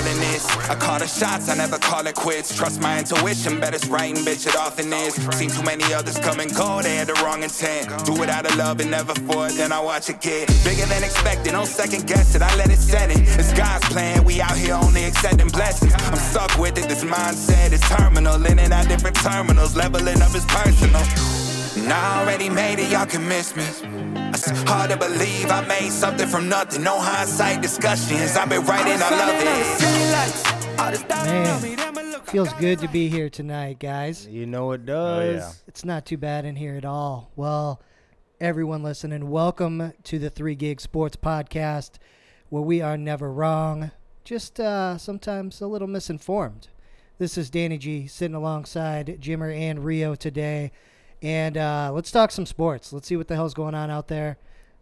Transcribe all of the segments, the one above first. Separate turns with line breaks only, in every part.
I call the shots, I never call it quits. Trust my intuition, bet it's right and bitch, it often is. Seen too many others come and go, they had the wrong intent. Do it out of love and never for it, then I watch it get bigger than expected. Don't second guess it, I let it set it. It's God's plan, we out here only accepting blessings. I'm stuck with it, this mindset is terminal. In and out different terminals, leveling up is personal. And I already made it, y'all can miss me. It's hard to believe I made something from nothing. No hindsight discussions. I've been writing, I love it.
Man, feels good to be here tonight, guys.
You know it does.
yeah.
It's not too bad in here at all. Well, everyone listening, welcome to the Three Gig Sports Podcast, where we are never wrong, just uh, sometimes a little misinformed. This is Danny G sitting alongside Jimmer and Rio today. And uh, let's talk some sports. Let's see what the hell's going on out there.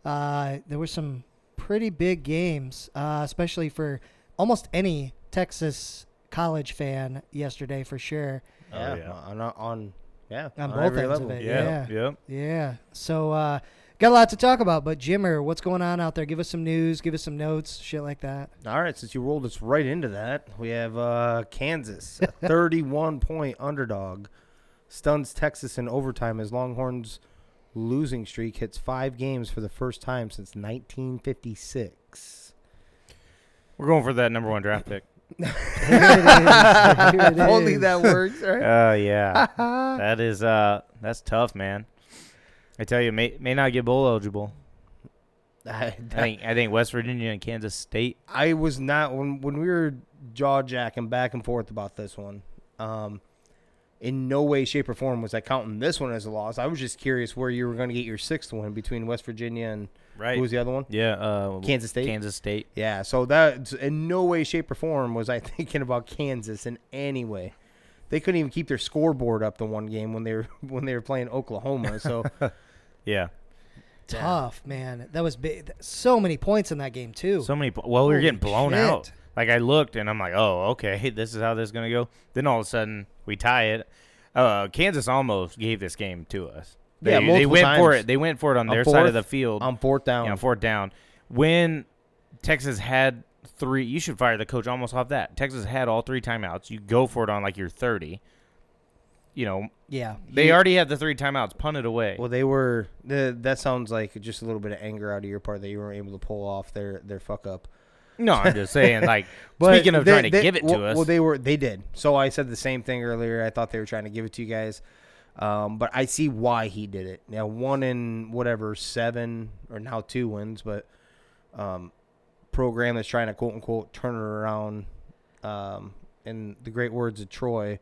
Uh, there were some pretty big games, uh, especially for almost any Texas college fan yesterday, for sure.
Oh, Yeah,
yeah.
On, on, on- yeah,
On both
every
ends of
level.
it.
Yeah.
Yeah.
Yep.
Yeah. So uh, got a lot to talk about, but Jimmer, what's going on out there? Give us some news. Give us some notes. Shit like that.
All right, since you rolled us right into that, we have uh, Kansas, a 31 point underdog, stuns Texas in overtime as Longhorns' losing streak hits five games for the first time since 1956.
We're going for that number one draft pick.
Here it
Only
is.
that works, right?
Oh yeah. that is uh that's tough, man. I tell you, may may not get bowl eligible.
I,
I think I think West Virginia and Kansas State.
I was not when when we were jaw jacking back and forth about this one. Um, in no way, shape, or form was I counting this one as a loss. I was just curious where you were going to get your sixth one between West Virginia and
Right.
who was the other one?
Yeah, uh
Kansas State?
Kansas State.
Yeah, so that in no way, shape, or form was I thinking about Kansas in any way. They couldn't even keep their scoreboard up the one game when they were when they were playing Oklahoma. So
Yeah.
Tough, man. That was big. So many points in that game too.
So many po- well, we were
Holy
getting blown
shit.
out. Like I looked and I'm like, "Oh, okay. This is how this is going to go." Then all of a sudden, we tie it. Uh Kansas almost gave this game to us. They,
Yeah,
they
multiple
went for
times.
it. They went for it on,
On
their side
fourth,
of the field.
on fourth down,
Yeah, on fourth down. When Texas had three, you should fire the coach almost off that. Texas had all three timeouts. You go for it on like your 30. You know,
yeah.
they already had the three timeouts punted away.
Well, they were. The, that sounds like just a little bit of anger out of your part that you weren't able to pull off their their fuck up.
no, I'm just saying, like,
But
speaking of
they-
trying to
they-
give it to
well,
us,
well, they were they did. So I said the same thing earlier. I thought they were trying to give it to you guys, um, but I see why he did it. Now one in whatever seven or now two wins, but um, program that's trying to quote unquote turn it around. Um, in the great words of Troy,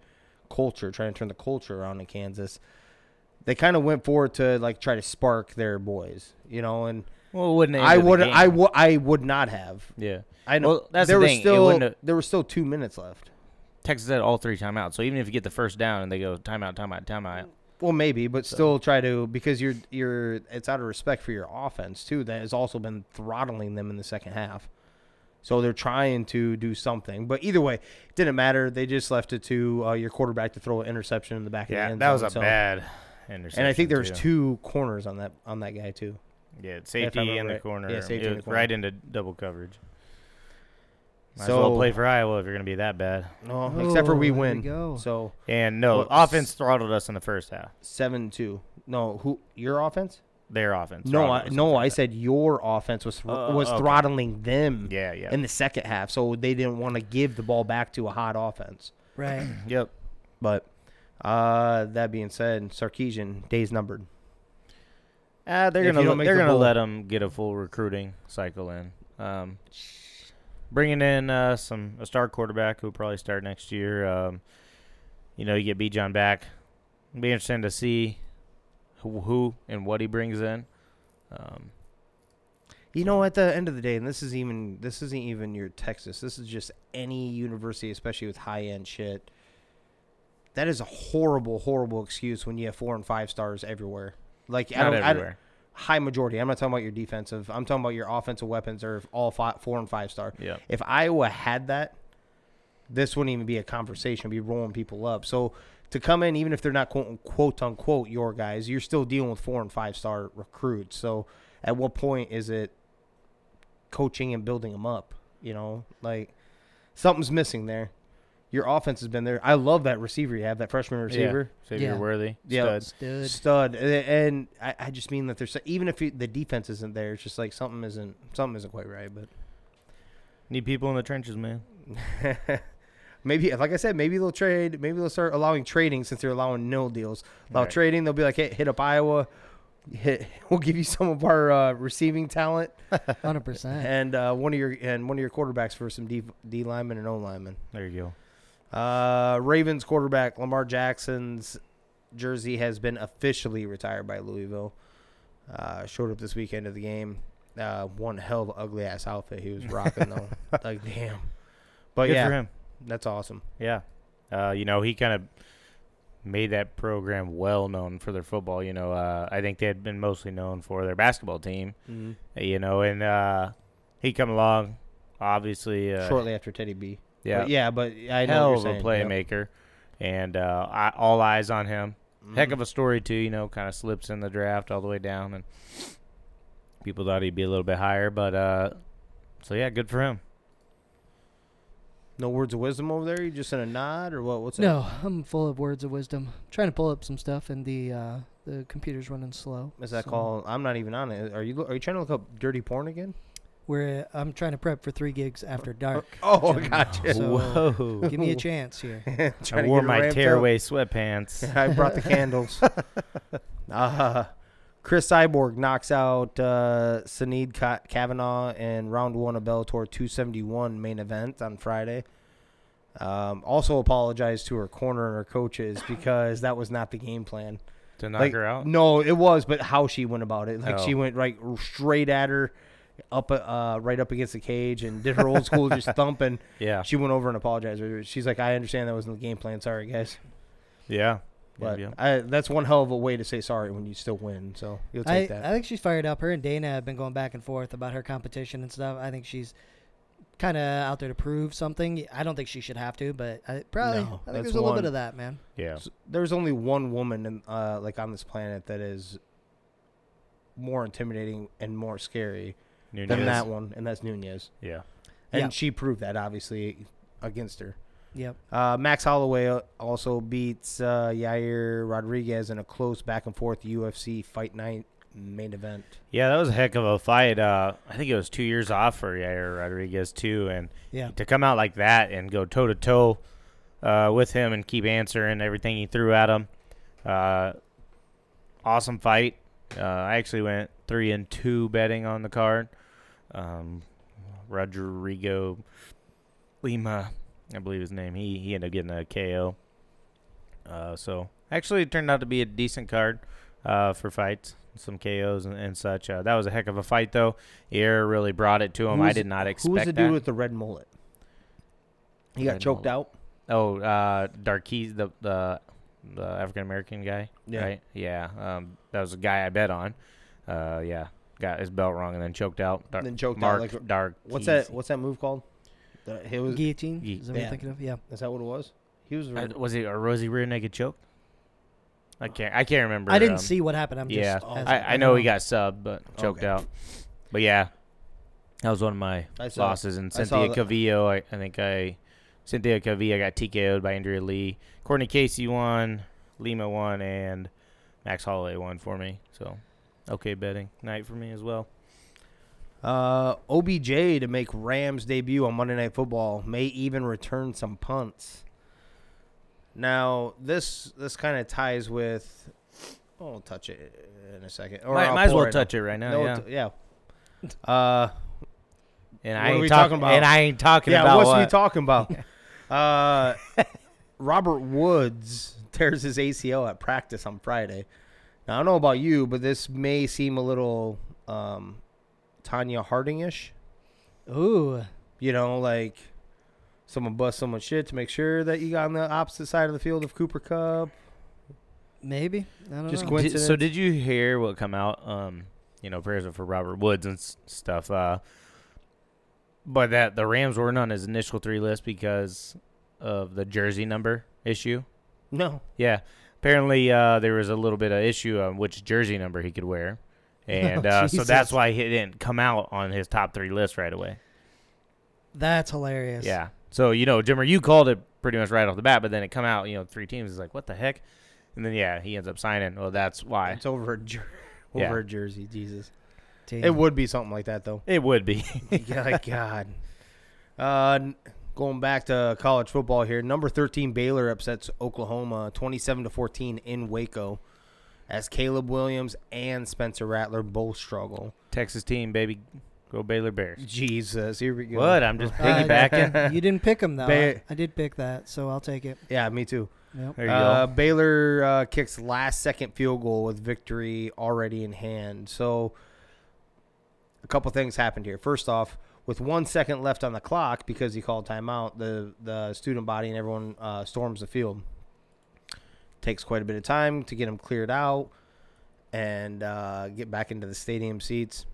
culture trying to turn the culture around in Kansas. They kind of went forward to like try to spark their boys, you know, and
well, it wouldn't have
I
ended the
would I
game.
would I would not have.
yeah.
I know
Well, that's
there
the
were
thing. It
still
wouldn't have-
there were still two minutes left.
Texas had all three timeouts. So even if you get the first down and they go timeout, timeout, timeout,
Well, maybe, but still try to because you're you're it's out of respect for your offense too. That has also been throttling them in the second half. So they're trying to do something, but either way, it didn't matter. They just left it to uh, your quarterback to throw an interception in the back of the end zone. so-
bad
And I think there was
two.
two corners on that on that guy too.
Yeah, it's
If I
safety in
remember
the
right.
corner.
Yeah, safety
It
in the
was
corner.
Right into double coverage. Might as well
So-
play for Iowa if you're going to be that bad.
No, except for we
Oh, there we
win.
go.
So
And no,
Well,
offense throttled us in the first half.
seven two. No, who your offense?
Their offense.
No,
throttled
I,
us in
no,
the
I
first
said your offense was thr-
Oh,
was
okay.
throttling them.
Yeah, yeah.
In the second half, so they didn't want to give the ball back to a hot offense.
Right.
half. Yep.
But uh, that being said, Sarkeesian days numbered.
Uh,
If
they're
you
going
don't
to
make
they're
the
going to
bowl-
let them get a full recruiting cycle in. Um, bringing in uh, some a star quarterback who will probably start next year. Um, you know, you get B. John back. It'll be interesting to see who, who and what he brings in. Um,
You know, at the end of the day, and this is even this isn't even your Texas. This is just any university, especially with high end shit. That is a horrible, horrible excuse when you have four and five stars everywhere. Like I
not
don't, I don't-
everywhere.
high majority. I'm not talking about your defensive. I'm talking about your offensive weapons are all five, four and five star.
Yeah.
If Iowa had that, this wouldn't even be a conversation. It'd be rolling people up. So to come in, even if they're not quote, quote unquote your guys, you're still dealing with four and five star recruits. So at what point is it coaching and building them up? You know, like something's missing there. Your offense has been there. I love that receiver you have, that freshman receiver.
Xavier
Yeah.
Worthy.
Yeah,
Stud.
Stud.
stud. A- And I, I just mean that there's even if you, the defense isn't there, it's just like something isn't something isn't quite right.
Need people in the trenches, man.
But maybe, like I said, maybe they'll trade. Maybe they'll start allowing trading since they're allowing no deals. Allow
Right.
trading. They'll be like, hey, hit up Iowa. Hit, we'll give you some of our uh, receiving talent
Hundred percent.
and uh, one of your and one of your quarterbacks for some D, D linemen and O linemen.
There you go.
Uh, Ravens quarterback Lamar Jackson's jersey has been officially retired by Louisville. Uh, showed up this weekend of the game. Uh, one hell of an ugly ass outfit he was rocking though. like damn. But
Good
yeah,
for him.
that's awesome.
Yeah. Uh, you know, he kind of made that program well known for their football. You know, uh, I think they had been mostly known for their basketball team, you know, and uh, he come along, obviously. Uh,
Shortly after Teddy B.
Yeah.
but, yeah, but I know
hell
what
of
you're
a
saying. Yep.
playmaker, and uh, I, all eyes on him.
Mm-hmm.
Heck of a story too, you know. Kind of slips in the draft all the way down, and people thought he'd be a little bit higher, but uh, so yeah, good for him.
No words of wisdom over there. You just in a nod or what? What's up?
No, I'm full of words of wisdom. trying to pull up some stuff, and the uh, the computer's running slow.
Is that
so
called? I'm not even on it. Are you lo- are you trying to look up dirty porn again?
We're I'm trying to prep for three gigs after dark.
Oh,
Jim.
gotcha.
So-
Whoa!
Give me a chance here.
I
Trying to
wore
get it
my
ramped up.
tearaway sweatpants.
I brought the candles. uh, Chris Cyborg knocks out uh, Sanid Ka- Kavanaugh in round one of Bellator 271 main event on Friday. Um, also apologized to her corner and her coaches because that was not the game plan.
to knock
Like,
her out.
No, it was, but how she went about it. Like
Oh.
she went right straight at her, up uh, right up against the cage, and did her old school just thumping.
Yeah,
She went over and apologized. She's like, "I understand that wasn't the game plan. Sorry, guys."
yeah,
But
yeah.
I, that's one hell of a way to say sorry when you still win. So you'll
I,
take that.
I think she's fired up. Her and Dana have been going back and forth about her competition and stuff. I think she's kind of out there to prove something. I don't think she should have to, but I, probably.
No,
I
that's
think there's a little
one.
bit of that, man.
yeah.
S- There's only one woman in, uh, like on this planet that is more intimidating and more scary than
Nunez.
that one, and that's Nunez.
Yeah,
And
Yeah.
she proved that obviously against her.
Yep.
Uh, Max Holloway uh, also beats uh, Yair Rodriguez in a close back and forth UFC fight night main event.
yeah. That was a heck of a fight. Uh, I think it was two years off for Yair Rodriguez too, and
Yeah.
to come out like that and go toe to toe with him and keep answering everything he threw at him. Uh, awesome fight. Uh, I actually went three and two betting on the card. Um, Rodrigo Lima, I believe his name. He he ended up getting a KO. Uh, so actually, it turned out to be a decent card uh, for fights, some KOs and, and such. Uh, that was a heck of a fight, though. Air really brought it to him. I
Who's-
did not expect
Who was the
that.
dude with the red mullet? He got
Red
choked out.
Oh, uh, Darkies, the the the African American guy.
Yeah.
Right. Yeah. Um, that was a guy I bet on. Uh, yeah. Got his belt wrong and then choked out. Dar-
Then choked out,
Mark
like-
Dark.
What's that? What's that move called? The- it was-
Guillotine.
Gui-
is that what
yeah.
you're thinking of? Yeah.
Is that what it was? He was.
Uh, was it a rosy rear naked choke? I can't. I can't remember.
I didn't
um,
see what happened. I'm
yeah.
just. as-
I, I
don't
know he got subbed, but choked
Okay.
out. But yeah, that was one of my
I saw-
losses. And
I saw
Cynthia
that-
Cavillo, I, I think I Cynthia Cavillo got TKO'd by Andrea Lee. Courtney Casey won, Lima won, and Max Holloway won for me. So okay betting night for me as well.
Uh, OBJ to make Rams debut on Monday Night Football may even return some punts. Now this this kind of ties with. I'll touch it in a second. Or
might
I'll
might as
pull
well
right now.
touch it right now.
No,
yeah.
t- yeah. Uh,
and
what
I
are we talking
ain't talking
about?
about. And I ain't talking
yeah.
about
What's
what.
we talking about? uh, Robert Woods tears his ACL at practice on Friday. Now I don't know about you, but this may seem a little um, Tanya Harding-ish.
Ooh.
You know, like someone bust someone's shit to make sure that you got on the opposite side of the field of Cooper Cup.
Maybe. I don't
Just
know.
quit-
Did- so
coincidence.
did you hear what come out? Um, you know, prayers are for Robert Woods and s- stuff. Uh, but that the Rams weren't on his initial three list because of the jersey number issue.
No.
Yeah, apparently uh, there was a little bit of issue on which jersey number he could wear, and
Oh,
uh, so that's
Jesus.
why he didn't come out on his top three list right away.
That's hilarious.
Yeah, So you know, Jimmer, you called it pretty much right off the bat, but then it come out, you know, three teams is like, what the heck? And then yeah, he ends up signing. Well, that's why
It's over a jer-
Yeah.
over a jersey. Jesus,
Damn.
it would be something like that though.
it would be.
Yeah, like, God. Uh, n- going back to college football here, number thirteen Baylor upsets Oklahoma twenty-seven to fourteen in Waco, as Caleb Williams and Spencer Rattler both struggle.
Texas team, baby, go Baylor Bears.
Jesus, here we go.
What? I'm just piggybacking.
Uh, you didn't pick him though.
Ba-
I, I did pick that, so I'll take it.
Yeah, me too.
Yep.
there you
Uh,
go.
Baylor uh, kicks last second field goal with victory already in hand. So a couple things happened here. First off, with one second left on the clock because he called timeout, the the student body and everyone uh, storms the field. Takes quite a bit of time to get them cleared out and uh, get back into the stadium seats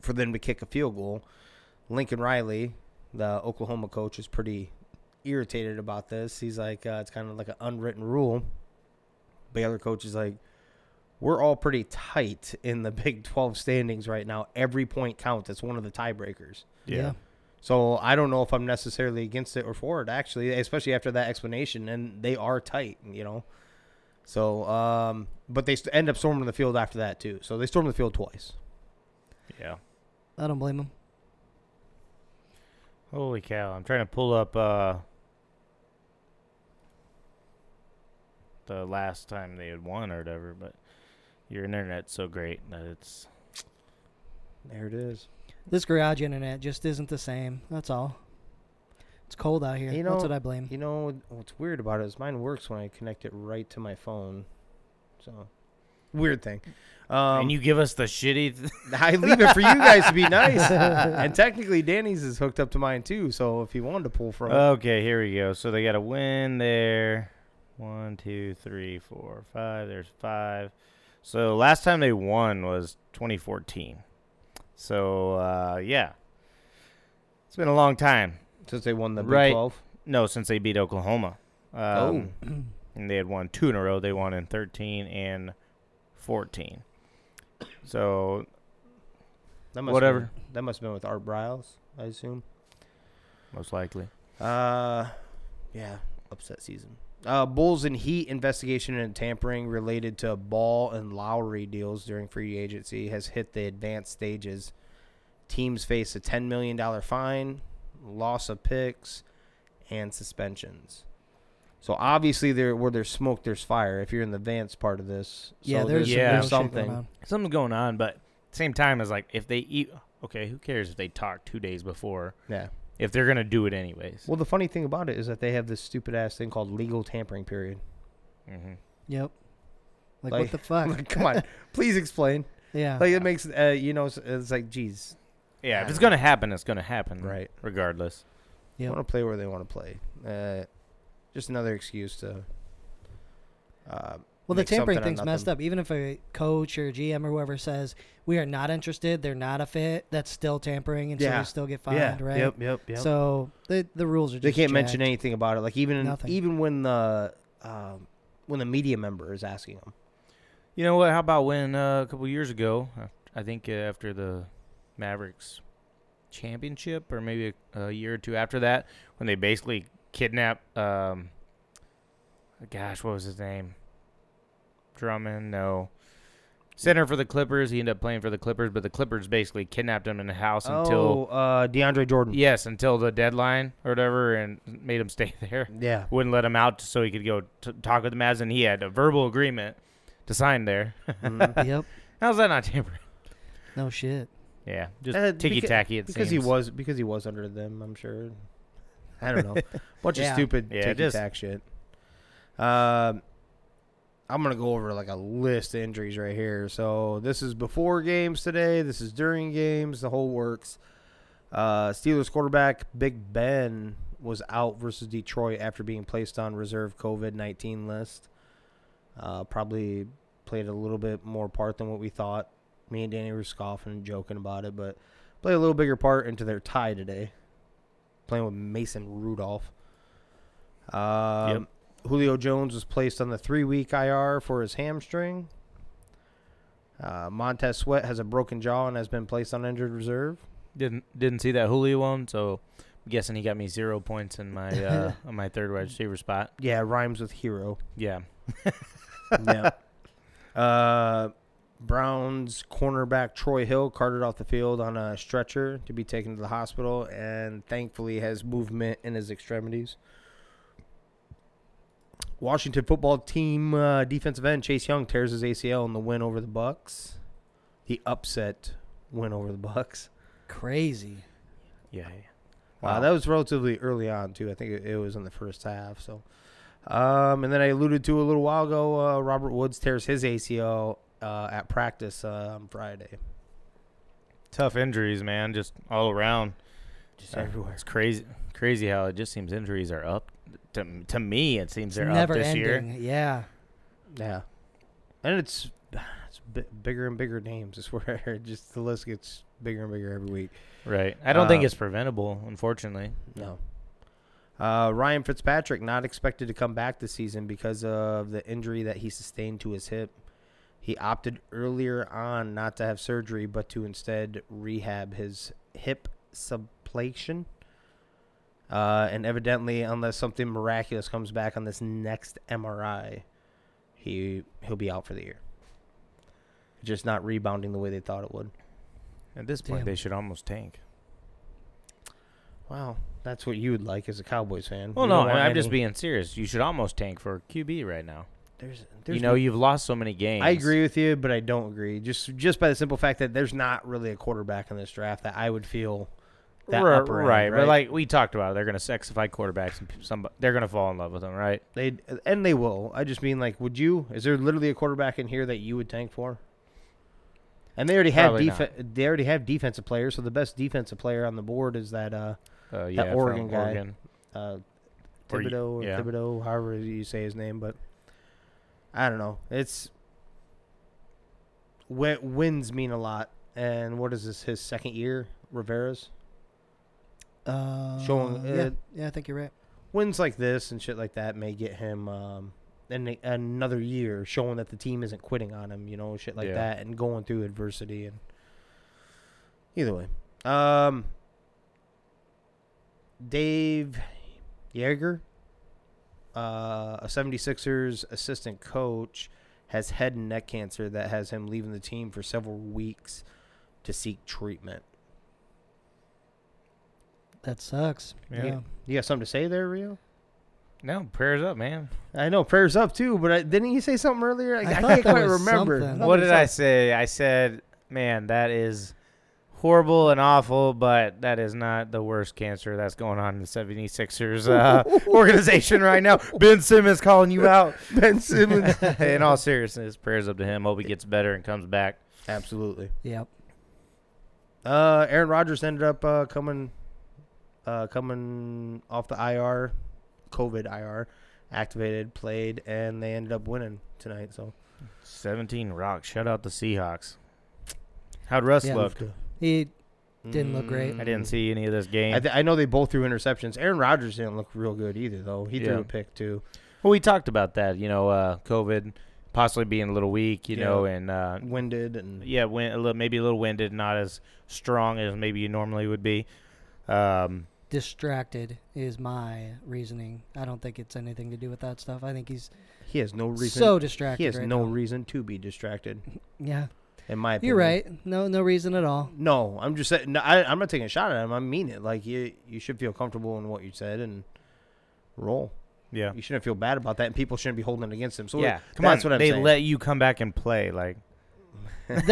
for them to kick a field goal. Lincoln Riley, the Oklahoma coach, is pretty irritated about this. He's like, uh, it's kind of like an unwritten rule. Baylor coach is like, we're all pretty tight in the Big 12 standings right now. Every point counts. It's one of the tiebreakers.
yeah.
So I don't know if I'm necessarily against it or for it, actually, especially after that explanation. And they are tight, you know. So, um, but they st- end up storming the field after that too. So they storm the field twice.
Yeah.
I don't blame him.
Holy cow! I'm trying to pull up uh, the last time they had won or whatever, but your internet's so great that it's
There it is.
This garage internet just isn't the same. That's all. It's cold out here.
You
That's
know-
what I blame.
You know what's weird about it is mine works when I connect it right to my phone. So weird thing. Um,
and you give us the shitty. Th-
I leave it for you guys to be nice. and technically, Danny's is hooked up to mine too. So if he wanted to pull from,
okay, here we go. So they got a win there. One, two, three, four, five. There's five. So last time they won was 2014. So uh, yeah, it's been a long time.
since they won the Big
right.
12,
No, since they beat Oklahoma. Um,
Oh.
And they had won two in a row. They won in 13 and 14. So,
that must
Whatever.
have been- that must have been with Art Briles, I assume.
most likely.
Uh, yeah, upset season. Uh, Bulls and Heat investigation and tampering related to Ball and Lowry deals during free agency has hit the advanced stages. Teams face a ten million dollar fine, loss of picks, and suspensions. So obviously, there where there's smoke, there's fire. If you're in the Vance part of this, so
yeah, there's,
there's
some
yeah,
real shit going
something.
on.
Something's going on, but same time as like if they eat. Okay, who cares if they talk two days before
yeah.
if they're gonna do it anyways?
Well, the funny thing about it is that they have this stupid ass thing called legal tampering period.
Mm-hmm.
Yep. Like,
Like-
what the fuck?
Like, come on, please explain.
yeah.
Like it makes uh, you know, it's, it's like, geez,
Yeah, if it's gonna happen, it's gonna happen.
Right.
Regardless.
Yep.
want to play where they want to play. Uh, just another excuse to. Uh,
well, the
make something
tampering
out of
thing's messed
nothing.
up. Even if a coach or GM or whoever says we are not interested, they're not a fit. That's still tampering, and so
Yeah.
you still get fined, right?
Yep. Yep. Yep.
So the the rules are just
they can't mention
jacked.
anything about it. Like even
Nothing.
even when the um, when the media member is asking them.
You know what? How about when uh, a couple years ago, uh, I think uh, after the Mavericks championship, or maybe a, a year or two after that, when they basically kidnapped, um, gosh, what was his name? Drummond, no. Center for the Clippers. He ended up playing for the Clippers, but the Clippers basically kidnapped him in the house until
oh, uh, DeAndre Jordan.
yes, until the deadline or whatever, and made him stay there
Yeah.
wouldn't let him out so he could go t- talk with the Mavs, and he had a verbal agreement to sign there.
yep.
How's that not tampering?
No shit.
Yeah, just
Uh, beca-
ticky tacky. It
because
seems.
he was because he was under them. I'm sure. I don't know. Bunch
Yeah.
of stupid
Yeah,
ticky
just-
tack shit. Um, I'm gonna go over like a list of injuries right here. So this is before games today. This is during games. The whole works. Uh, Steelers quarterback Big Ben was out versus Detroit after being placed on reserve COVID 19 list. Uh, probably played a little bit more part than what we thought. Me and Danny were scoffing and joking about it, but played a little bigger part into their tie today. Playing with Mason Rudolph. Um, Julio Jones was placed on the three week IR for his hamstring. Uh, Montez Sweat has a broken jaw and has been placed on injured reserve.
didn't didn't see that Julio one, so guessing he got me zero points in my uh, on my third wide receiver spot.
Yeah, rhymes with hero.
Yeah,
yeah. Uh, Browns cornerback Troy Hill carted off the field on a stretcher to be taken to the hospital, and thankfully has movement in his extremities. Washington football team uh, defensive end Chase Young tears his ACL in the win over the Bucks. The upset win over the Bucks.
Crazy.
yeah.
Wow, that was relatively early on too. I think it, it was in the first half. So, um, and then I alluded to a little while ago. Uh, Robert Woods tears his ACL uh, at practice uh, on Friday.
tough injuries, man, just all around.
Just
Uh, It's crazy, crazy how it just seems injuries are up. To, to me, it seems
It's
they're
never
up this year.
ending. Yeah.
Yeah, and it's it's bi- bigger and bigger names. I swear, just the list gets bigger and bigger every week.
Right. I don't think
Uh,
it's preventable, unfortunately.
No. Uh, Ryan Fitzpatrick not expected to come back this season because of the injury that he sustained to his hip. He opted earlier on not to have surgery, but to instead rehab his hip subplation. Uh, and evidently, unless something miraculous comes back on this next MRI, he he'll be out for the year. Just not rebounding the way they thought it would.
At this point,
Damn.
they should almost tank.
Wow, that's what you would like as a Cowboys fan.
Well,
You
no,
don't want
I'm just
any-
being serious. You should almost tank for QB right now.
There's, there's
you know, you've lost so many games.
I agree with you, but I don't agree. Just just by the simple fact that there's not really a quarterback in this draft that I would feel that
Ri-
upper end,
right,
right,
but like we talked about, they're gonna sexify quarterbacks, and some they're gonna fall in love with them, right?
they and they will. I just mean like, would you? Is there literally a quarterback in here that you would tank for? And they already have
Probably not.
defense. They already have defensive players. So the best defensive player on the board is that uh,
Uh, yeah, from
Oregon guy. uh,
Or you-
Thibodeau or
yeah.
Thibodeau, however you say his name, but I don't know. It's wi- wins mean a lot, and what is this? His second year, Rivera's
Uh,
Showing,
yeah.
uh,
yeah, I think you're right.
wins like this and shit like that may get him um, an, another year, showing that the team isn't quitting on him. You know, shit like
Yeah.
that, and going through adversity. And either way, um, Dave Yeager, uh, a 76ers assistant coach, has head and neck cancer that has him leaving the team for several weeks to seek treatment.
That sucks.
Yeah.
yeah.
You got something to say there, Rio?
No, prayers up, man.
I know prayers up too, but I, didn't he say something earlier? I,
I
I
thought
can't
there
quite
was
remember.
something.
What did I say? I said, man, that is horrible and awful, but that is not the worst cancer that's going on in the 76ers uh, organization right now. Ben Simmons calling you out.
Ben Simmons.
in all seriousness, prayers up to him. Hope he gets better and comes back.
Absolutely.
Yep.
Uh, Aaron Rodgers ended up uh, coming, uh, coming off the IR, COVID IR, activated, played, and they ended up winning tonight. So
17 Rock. Shut out the Seahawks. How'd Russ
Yeah.
look? Mm,
He Didn't look great.
I didn't see any of this game.
Mm. I, th- I know they both threw interceptions. Aaron Rodgers didn't look real good either, though. He
Yeah.
threw a pick too.
well, we talked about that, you know, uh, COVID possibly being a little weak, you
Yeah.
know, and uh,
Winded and
yeah, win, a little, maybe a little winded, not as strong as maybe you normally would be. Um,
distracted is my reasoning. I don't think it's anything to do with that stuff. I think he's
he has no reason.
so distracted.
he has
right
no
now.
reason to be distracted,
Yeah,
in my opinion.
you're right. No, no reason at all.
No, I'm just saying. No, I, I'm not taking a shot at him. I mean it. Like you, you should feel comfortable in what you said and roll.
yeah.
You shouldn't feel bad about that, and people shouldn't be holding it against him. So
yeah. Come
that's
on.
what I'm
they
saying.
let you come back and play, like,
That,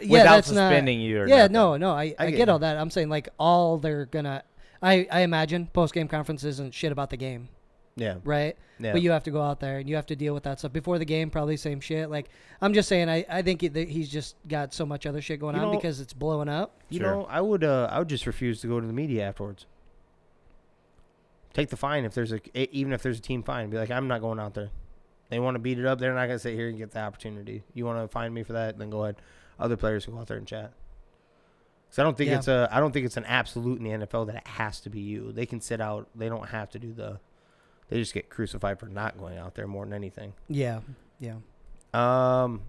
yeah,
without
that's not-
suspending you or
yeah,
nothing.
no, no. I, I,
get
get,
you.
all that. I'm saying like all they're gonna. I, I imagine post game conference isn't shit about the game,
yeah,
right?
yeah.
But you have to go out there and you have to deal with that stuff before the game. Probably same shit. Like I'm just saying, I, I think it, that he's just got so much other shit going
You
on
know-
because it's blowing up.
You
Sure.
know, I would, uh, I would just refuse to go to the media afterwards. Take the fine if there's a, e- even if there's a team fine. Be like, I'm not going out there. They want to beat it up. They're not gonna sit here and get the opportunity. You want to fine me for that? Then go ahead. Other players can go out there and chat. Because I don't think
Yeah.
it's a, I don't think it's an absolute in the NFL that it has to be you. They can sit out. They don't have to do the. They just get crucified for not going out there more than anything.
Yeah, yeah.
Um,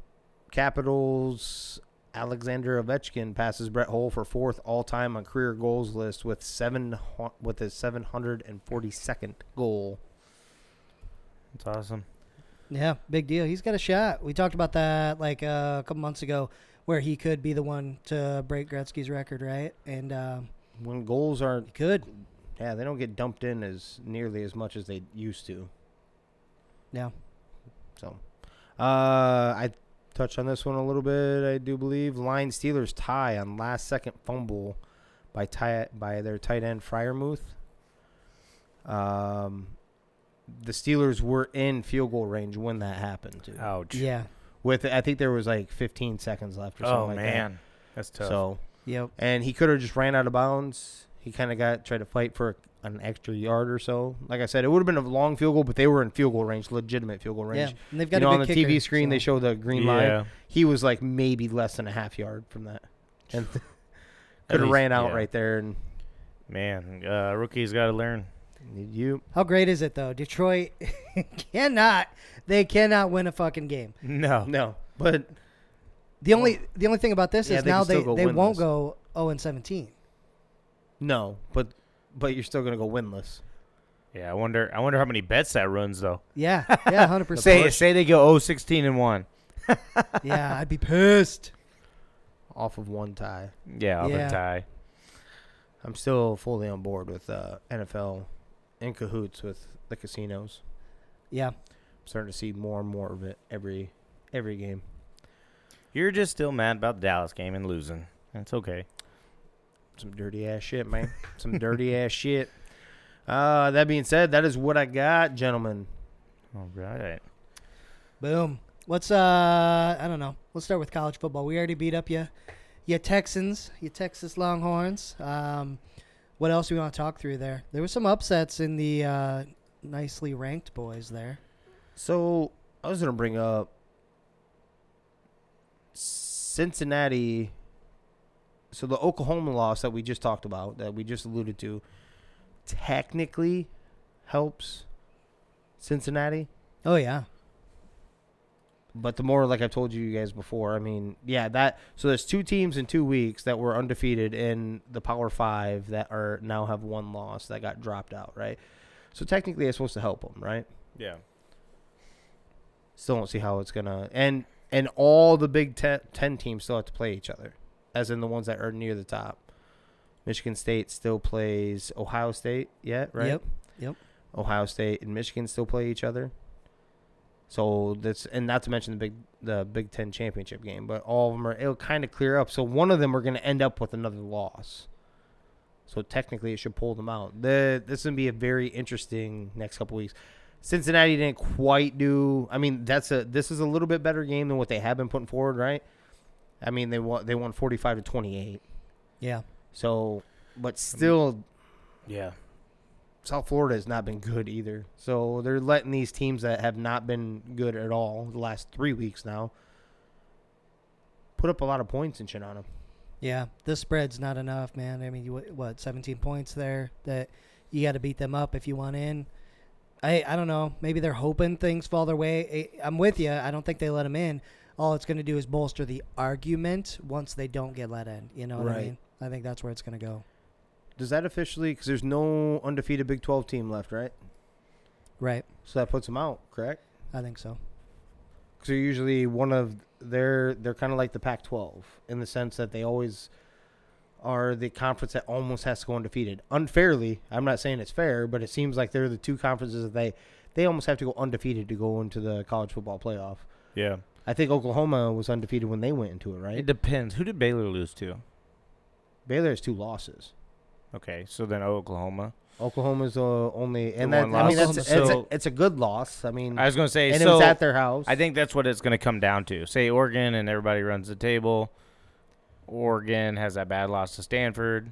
Capitals Alexander Ovechkin passes Brett Hull for fourth all time on career goals list with seven hu- with his 742nd goal.
It's awesome.
Yeah, big deal. He's got a shot. We talked about that like uh, a couple months ago, where he could be the one to break Gretzky's record, right? And um,
When goals aren't,
he could.
yeah, they don't get dumped in as nearly as much as they used to.
Yeah.
So, uh, I touched on this one a little bit. I do believe Lion Steelers tie on last second fumble by tie by their tight end Fryermuth. Um, the Steelers were in field goal range when that happened. Too.
Ouch.
Yeah.
With I think there was like 15 seconds left or something
Oh
like
man, that's
that.
tough.
So
Yep.
and he could have just ran out of bounds. He kind of got tried to fight for an extra yard or so. Like I said, it would have been a long field goal, but they were in field goal range, legitimate field goal range
Yeah. And they've got
you know,
a
on
good
the
kicker,
TV screen they
so-
show the green
yeah.
line. He was like maybe less than a half yard from that, and could have
least-
ran out
yeah.
right there. And
Man, uh, rookie's got to learn.
you,
How great is it though? Detroit cannot. They cannot win a fucking game.
No.
no, but
The only the only thing about this
Yeah,
is
they
now
can
they
still go
they won't
winless.
go 0 and 17.
no, but but you're still gonna go winless.
Yeah, I wonder. I wonder how many bets that runs though.
Yeah. Yeah. 100.
Say
percent
say they go oh sixteen and one.
Yeah. I'd be pissed.
Off of one tie,
Yeah, off
Yeah.
a tie.
I'm still fully on board with uh, NFL in cahoots with the casinos.
Yeah.
I'm starting to see more and more of it every every game.
You're just still mad about the Dallas game and losing. That's okay.
Some dirty ass shit, man. Some dirty ass shit. Uh, that being said, that is what I got, gentlemen.
All right.
Boom. Let's uh I don't know. Let's start with college football. We already beat up you you Texans, you Texas Longhorns. Um what else do we want to talk through there? There were some upsets in the uh nicely ranked boys there.
So I was gonna bring up Cincinnati. So the Oklahoma loss that we just talked about, that we just alluded to, technically helps Cincinnati.
Oh yeah.
But the more, like I've told you guys before, I mean, yeah, that. So there's two teams in two weeks that were undefeated in the Power Five that are now have one loss that got dropped out, right? So technically, it's supposed to help them, right?
Yeah.
Still don't see how it's gonna and and all the Big Ten, 10 teams still have to play each other, as in the ones that are near the top. Michigan State still plays Ohio State yet, right?
Yep. Yep.
Ohio State and Michigan still play each other. So that's and not to mention the big the Big Ten championship game, but all of them are it'll kind of clear up. So one of them are going to end up with another loss. So technically, it should pull them out. The this is going to be a very interesting next couple weeks. Cincinnati didn't quite do. I mean, that's a this is a little bit better game than what they have been putting forward, right? I mean, they won they won forty five to twenty eight.
Yeah.
So, but still,
Yeah.
South Florida has not been good either. So they're letting these teams that have not been good at all the last three weeks now put up a lot of points and shit on them.
Yeah. This spread's not enough, man. I mean, you what 17 points there that you got to beat them up if you want in. I, I don't know. Maybe they're hoping things fall their way. I, I'm with you. I don't think they let them in. All it's going to do is bolster the argument once they don't get let in. You know what I
Right.
mean? I think that's where it's going to go.
Does that officially? Because there's no undefeated Big 12 team left, right?
Right.
So that puts them out, correct?
I think so.
Because they're usually one of they're they're kind of like the Pac-12 in the sense that they always are the conference that almost has to go undefeated unfairly. I'm not saying it's fair, but it seems like they're the two conferences that they they almost have to go undefeated to go into the college football playoff.
Yeah.
I think Oklahoma was undefeated when they went into it, right?
It depends. Who did Baylor lose to?
Baylor has two losses.
Okay, so then Oklahoma.
Oklahoma's the only, and
The
that,
one
I mean
loss.
that's it's, a,
So-
it's a good loss. I mean,
I was gonna say
Mm. and
so.
it was at their house.
I think that's what it's going to come down to. Say Oregon and everybody runs the table. Oregon has that bad loss to Stanford.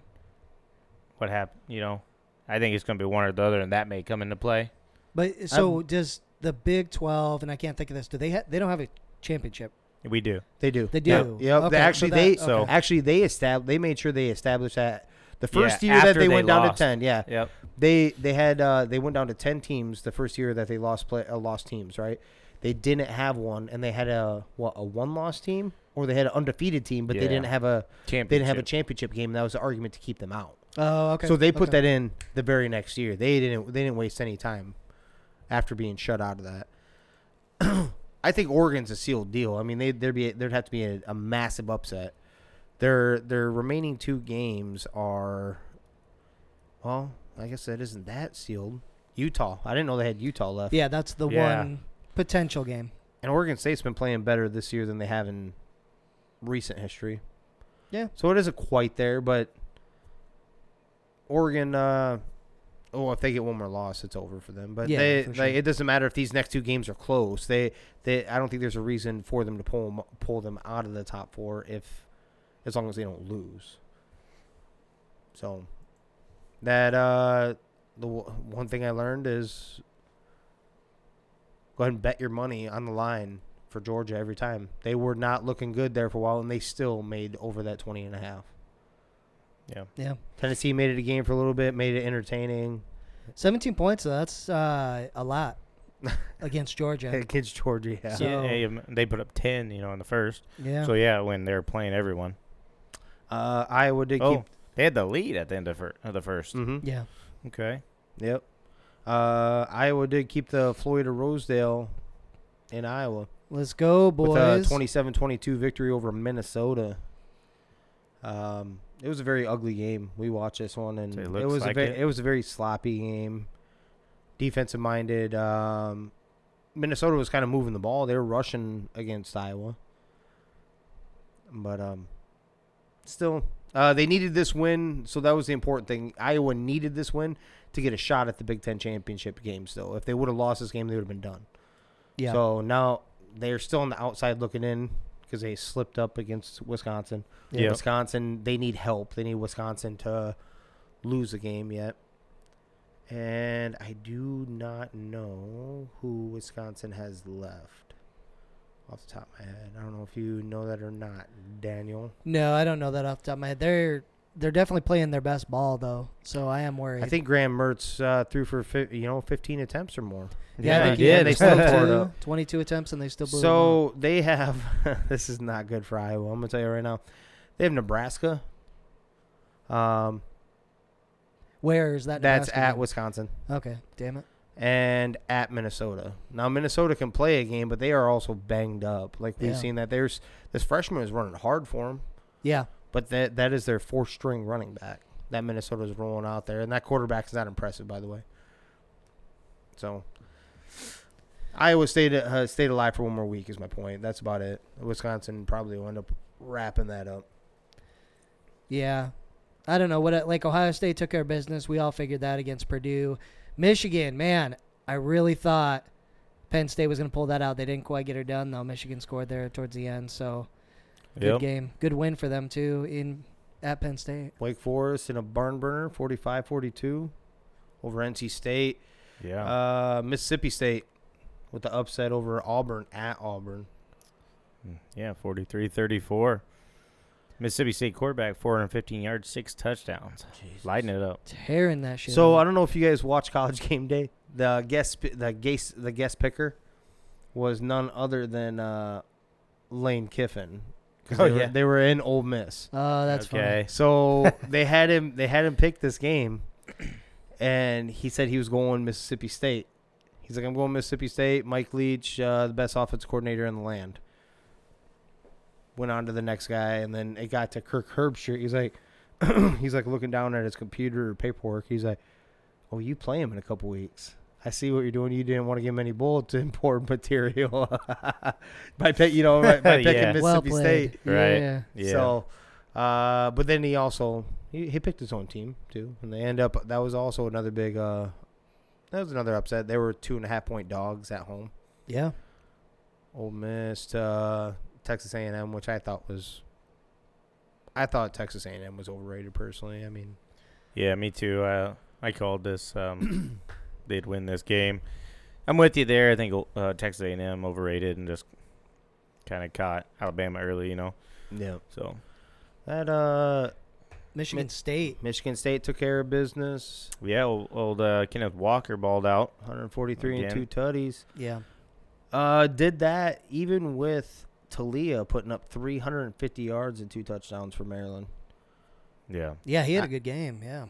What happened? You know, I think it's going to be one or the other, and that may come into play.
But uh, so does the Big 12 and I can't think of this. Do they ha- they don't have a championship?
We do.
they do.
They do.
Yep. yep.
Okay,
They
so
actually,
that-
they
okay.
actually they established. They made sure they established that the first
Yeah,
year that
after
they,
they
went down to
lost.
ten. Yeah,
Yep.
they they had uh, they went down to ten teams the first year that they lost play uh, lost teams. Right. They didn't have one, and they had a what a one loss team, or they had an undefeated team, but they
Yeah.
didn't have a they didn't have a
Championship.
championship game. That was the argument to keep them out.
Oh, okay.
So they put
okay.
that in the very next year. They didn't they didn't waste any time after being shut out of that. I think Oregon's a sealed deal. I mean, they there'd be there'd have to be a, a massive upset. Their their remaining two games are well, I guess that isn't that sealed. Utah. I didn't know they had Utah left.
Yeah, that's the
Yeah.
one potential game.
And Oregon State's been playing better this year than they have in recent history.
Yeah.
So it isn't quite there, but Oregon. Uh, oh, if they get one more loss, it's over for them. But
Yeah,
they,
for
they-
sure.
it doesn't matter if these next two games are close. They, they, I don't think there's a reason for them to pull 'em- pull them out of the top four if, as long as they don't lose. So, that uh, the w- one thing I learned is go ahead and bet your money on the line for Georgia every time. They were not looking good there for a while, and they still made over that 20 and a half.
Yeah.
Yeah.
Tennessee made it a game for a little bit, made it entertaining
17 points, though, that's uh, a lot against Georgia.
against Georgia. Yeah.
So-
yeah, they- they put up ten, you know, in the first.
Yeah.
So yeah, when they were playing everyone.
Uh, Iowa did
oh,
keep.
they had the lead at the end of, fir- of the 1st
hmm
yeah.
Okay.
Yep. Uh, Iowa did keep the Floyd of Rosedale in Iowa
Let's go,
with uh, a
boys.
27-22 victory over Minnesota. Um, it was a very ugly game. We watched this one, and
It
it,
looks
was a
like
very,
it.
it. was a very sloppy game. Defensive minded. Um, Minnesota was kind of moving the ball. They were rushing against Iowa, but um, still, uh, they needed this win. So that was the important thing. Iowa needed this win to get a shot at the Big Ten championship games. Though, if they would have lost this game, they would have been done.
yeah.
So now they're still on the outside looking in because they slipped up against Wisconsin.
Yeah.
Wisconsin, they need help. They need Wisconsin to lose a game yet. And I do not know who Wisconsin has left off the top of my head. I don't know if you know that or not, Daniel.
no, I don't know that off the top of my head. They're they're definitely playing their best ball though, so I am worried.
I think Graham Mertz uh, threw for fi- you know 15 attempts or more.
yeah,
Yeah,
they,
they did.
They
They
still blew
still tore it
22
up.
22 attempts and they still blew. it out.
So they have. this is not good for Iowa. I'm gonna tell you right now. They have Nebraska. Um,
where is that?
that's
Nebraska
at
game?
Wisconsin
Okay, damn it.
and at Minnesota. Now Minnesota can play a game, but they are also banged up. Like we've
Yeah.
seen that there's this freshman is running hard for him,
Yeah,
but that that is their fourth string running back that Minnesota's rolling out there, and that quarterback is not impressive, by the way. So. Iowa stayed uh, stayed alive for one more week is my point. That's about it. Wisconsin probably will end up wrapping that up.
yeah. I don't know what uh, like Ohio State took care of business. We all figured that against Purdue, Michigan. Man, I really thought Penn State was going to pull that out. They didn't quite get her done though. Michigan scored there towards the end, so good
Yep.
game, good win for them too in at Penn State.
Wake Forest in a barn burner, 45-42 over NC State.
Yeah.
Uh, Mississippi State with the upset over Auburn at Auburn.
Mm, Yeah, 43 34. Mississippi State quarterback, 415 yards, six touchdowns. Lighting it up.
Tearing that shit.
So
up.
I don't know if you guys watch College Game Day. The guest, pi- the guest, the guest picker was none other than uh, Lane Kiffin. 'Cause
Oh,
they were,
yeah.
they were in Ole Miss.
oh, that's funny.
okay.
So they had him. They had him pick this game, and he said he was going Mississippi State. He's like, I'm going Mississippi State. Mike Leach, uh, the best offense coordinator in the land. Went on to the next guy, and then it got to Kirk Herbstreit. He's like, he's like looking down at his computer paperwork. He's like, Oh, you play him in a couple weeks. I see what you're doing. You didn't want to give him any bulletin board material by pick, you know, by, by picking
Yeah.
Mississippi
Well played.
State.
Right.
Yeah.
Yeah.
So, uh, but then he also he, he picked his own team too, and they end up that was also another big uh, that was another upset. They were two and a half point dogs at home.
Yeah.
Ole Miss to uh, Texas A and M, which I thought was, I thought Texas A and M was overrated personally. I mean,
yeah, me too. Uh, I called this. Um, they'd win this game. I'm with you there. I think uh, Texas A&M overrated and just kind of caught Alabama early, you know.
yeah,
So
that uh,
Michigan
Mi-
State.
Michigan State took care of business,
yeah, old, old uh, Kenneth Walker balled out.
143 and
Again.
two tutties.
Yeah.
Uh, did that even with Talia putting up 350 yards and two touchdowns for Maryland,
Yeah.
Yeah, he had a good game. Yeah.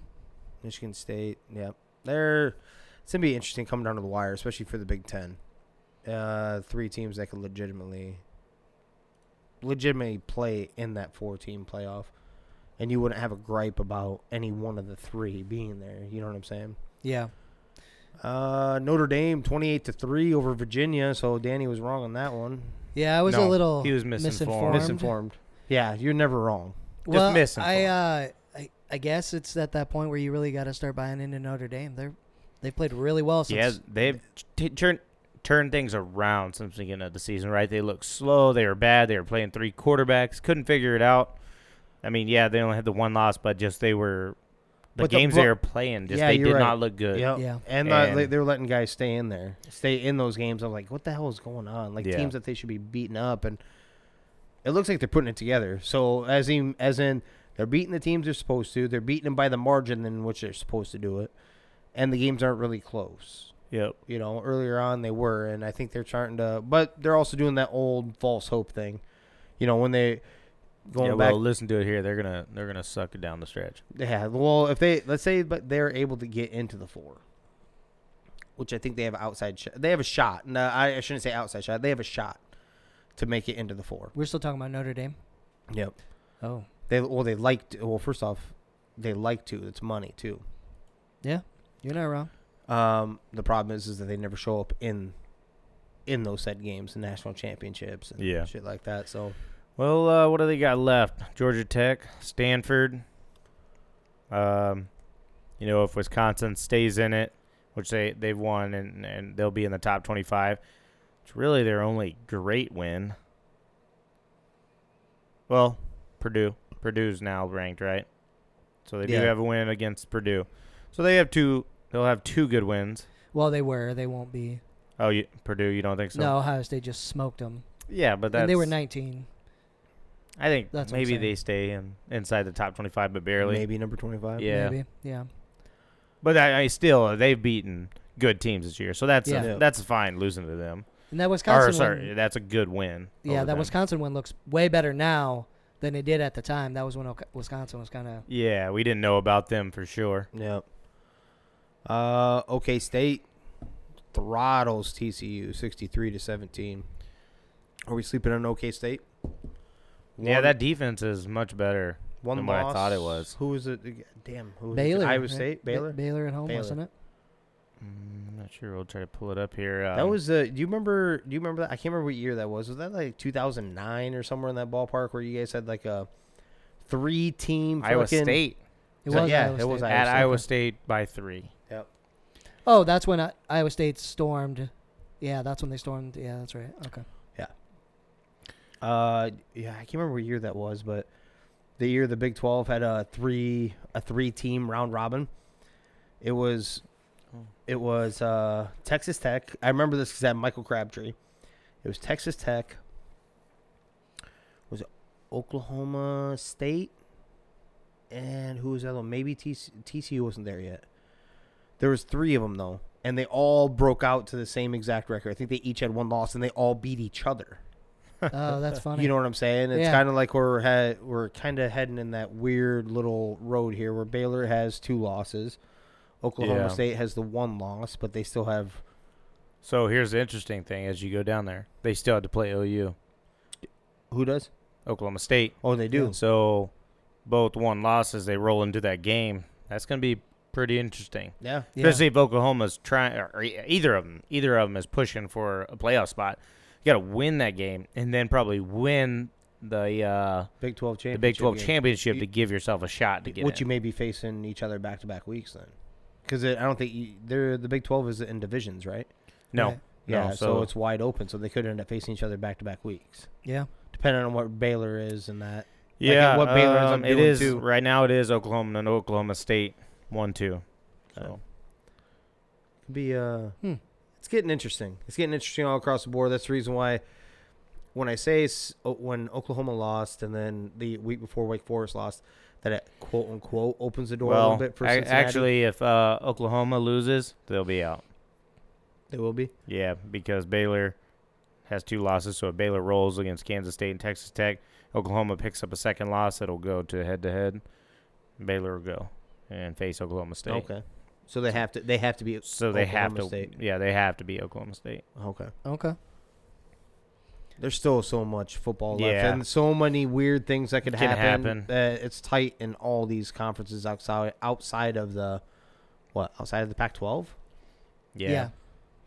Michigan State. Yep, they're it's gonna be interesting coming down to the wire, especially for the Big Ten. Uh, three teams that could legitimately, legitimately play in that four-team playoff, and you wouldn't have a gripe about any one of the three being there. You know what I'm saying?
Yeah.
Uh, Notre Dame 28 to three over Virginia. So Danny was wrong on that one.
Yeah, I was a
No,
little
he was misinformed. Armed?
Misinformed. Yeah, you're never wrong.
Well,
misinformed.
I, uh, I I guess it's at that point where you really got to start buying into Notre Dame. They're they played really well since
Yeah, they've t- turned turned things around since the beginning of the season, right? They looked slow. They were bad. They were playing three quarterbacks. Couldn't figure it out. I mean, yeah, they only had the one loss, but just they were the
But the
games
Bro-
they were playing. Just
Yeah,
they
you're
did
right.
not look good.
Yep.
Yeah.
And, uh,
And-
they- they were letting guys stay in there, stay in those games. I'm like, what the hell is going on? Like
Yeah.
teams that they should be beating up, and it looks like they're putting it together. So as in, as in, they're beating the teams they're supposed to. They're beating them by the margin in which they're supposed to do it, and the games aren't really close.
Yep.
You know, earlier on they were, and I think they're trying to, but they're also doing that old false hope thing. You know, when they going
yeah,
back
well, listen to it here. They're gonna they're gonna suck it down the stretch.
Yeah, well, if they let's say, but they're able to get into the four, which I think they have an outside. Sh- they have a shot. No, I, I shouldn't say outside shot. They have a shot to make it into the four.
we're still talking about Notre Dame.
Yep.
Oh,
They well, they like. To, well, first off, they like to. It's money too.
yeah, you're not wrong.
Um, the problem is, is that they never show up in, in those said games, the national championships, and
Yeah.
shit like that. So
Well, uh, what do they got left? Georgia Tech, Stanford. Um, you know, if Wisconsin stays in it, which they they've won and and they'll be in the top twenty-five. It's really their only great win. Well, Purdue. Purdue's now ranked right, so they do
Yeah.
have a win against Purdue. So they have two. They'll have two good wins.
Well, they were. They won't be.
Oh, you, Purdue, you don't think so?
no, Ohio State just smoked them.
Yeah, but that's
And they were 19.
I think
That's what I'm
maybe
saying.
they stay in inside the top twenty-five, but barely.
maybe number twenty-five.
Yeah.
Maybe. Yeah.
But I, I still they've beaten good teams this year, so that's
Yeah.
Yeah.
a, that's fine losing to them.
And that
Or
Wisconsin
sorry,
one.
that's a good win.
Yeah,
over
that
them.
Wisconsin one looks way better now than it did at the time. That was when Oka- Wisconsin was kind of.
Yeah, we didn't know about them for sure.
Yep. Uh, OK State throttles TCU sixty-three to seventeen. Are we sleeping on OK State?
yeah,
One-
that defense is much better
one
than what I thought it
loss.
was.
Who was it? ag- Damn, who was
Baylor.
it? Iowa
right?
State,
Ba-
Baylor.
Baylor at home,
Baylor.
wasn't it?
Mm, not sure. We'll try to pull it up here. Um,
that was the. Do you remember? Do you remember that? I can't remember what year that was. Was that like two thousand nine or somewhere in that ballpark where you guys had like a three-team
Iowa
fucking-
State
It
So,
was.
yeah,
Iowa
it was
State.
at
State.
Iowa State by three.
Yep.
Oh, that's when I, Iowa State stormed. Yeah, that's when they stormed. Yeah, that's right. Okay.
Uh, yeah, I can't remember what year that was, but the year the Big Twelve had a three a three team round robin. It was, it was uh, Texas Tech. I remember this because that Michael Crabtree. It was Texas Tech. Was it Oklahoma State? And who was that? one? Maybe TC, TCU wasn't there yet. There was three of them though, and they all broke out to the same exact record. I think they each had one loss, and they all beat each other.
Oh, that's funny.
You know what I'm saying? It's
Yeah.
kind of like we're head, we're kind of heading in that weird little road here where Baylor has two losses, Oklahoma
Yeah.
State has the one loss, but they still have.
So here's the interesting thing: as you go down there, they still had to play OU,
Who does?
Oklahoma State.
Oh, they do.
So both one losses, they roll into that game. That's going to be pretty interesting.
Yeah.
Yeah.
Especially if Oklahoma's trying, or e- either of them, either of them is pushing for a playoff spot. You got to win that game, and then probably win the uh,
Big 12
the
championship.
Big Twelve
game.
championship
You-
to give yourself a shot to get
Which you
in.
may be facing each other back to back weeks then, because I don't think you, they're the Big 12 is in divisions, right?
No,
Right.
no.
Yeah.
so,
so it's wide open, so they could end up facing each other back to back weeks,
Yeah.
depending on what Baylor is and that. Like, and
yeah.
what Baylor ends up
um, it
doing,
is
too.
right now. It is Oklahoma and Oklahoma State one two. Uh, So
Could be uh
Hmm.
it's getting interesting it's getting interesting all across the board that's the reason why when i say s- o- when oklahoma lost and then the week before wake forest lost that it quote unquote opens the door a little
well,
bit for
ac-
Cincinnati.
actually, if uh, Oklahoma loses, they'll be out.
they will be
Yeah, because Baylor has two losses. So if Baylor rolls against Kansas State and Texas Tech, Oklahoma picks up a second loss. It'll go to head to head. Baylor will go and face Oklahoma State.
Okay. So they have to. They have to be.
So they have
Oklahoma
to.
State.
Yeah, they have to be Oklahoma State.
Okay.
Okay.
There's still so much football left,
Yeah.
and so many weird things that could
Can
happen. Uh, it's tight in all these conferences outside outside of the, what outside of the Pac-12.
Yeah.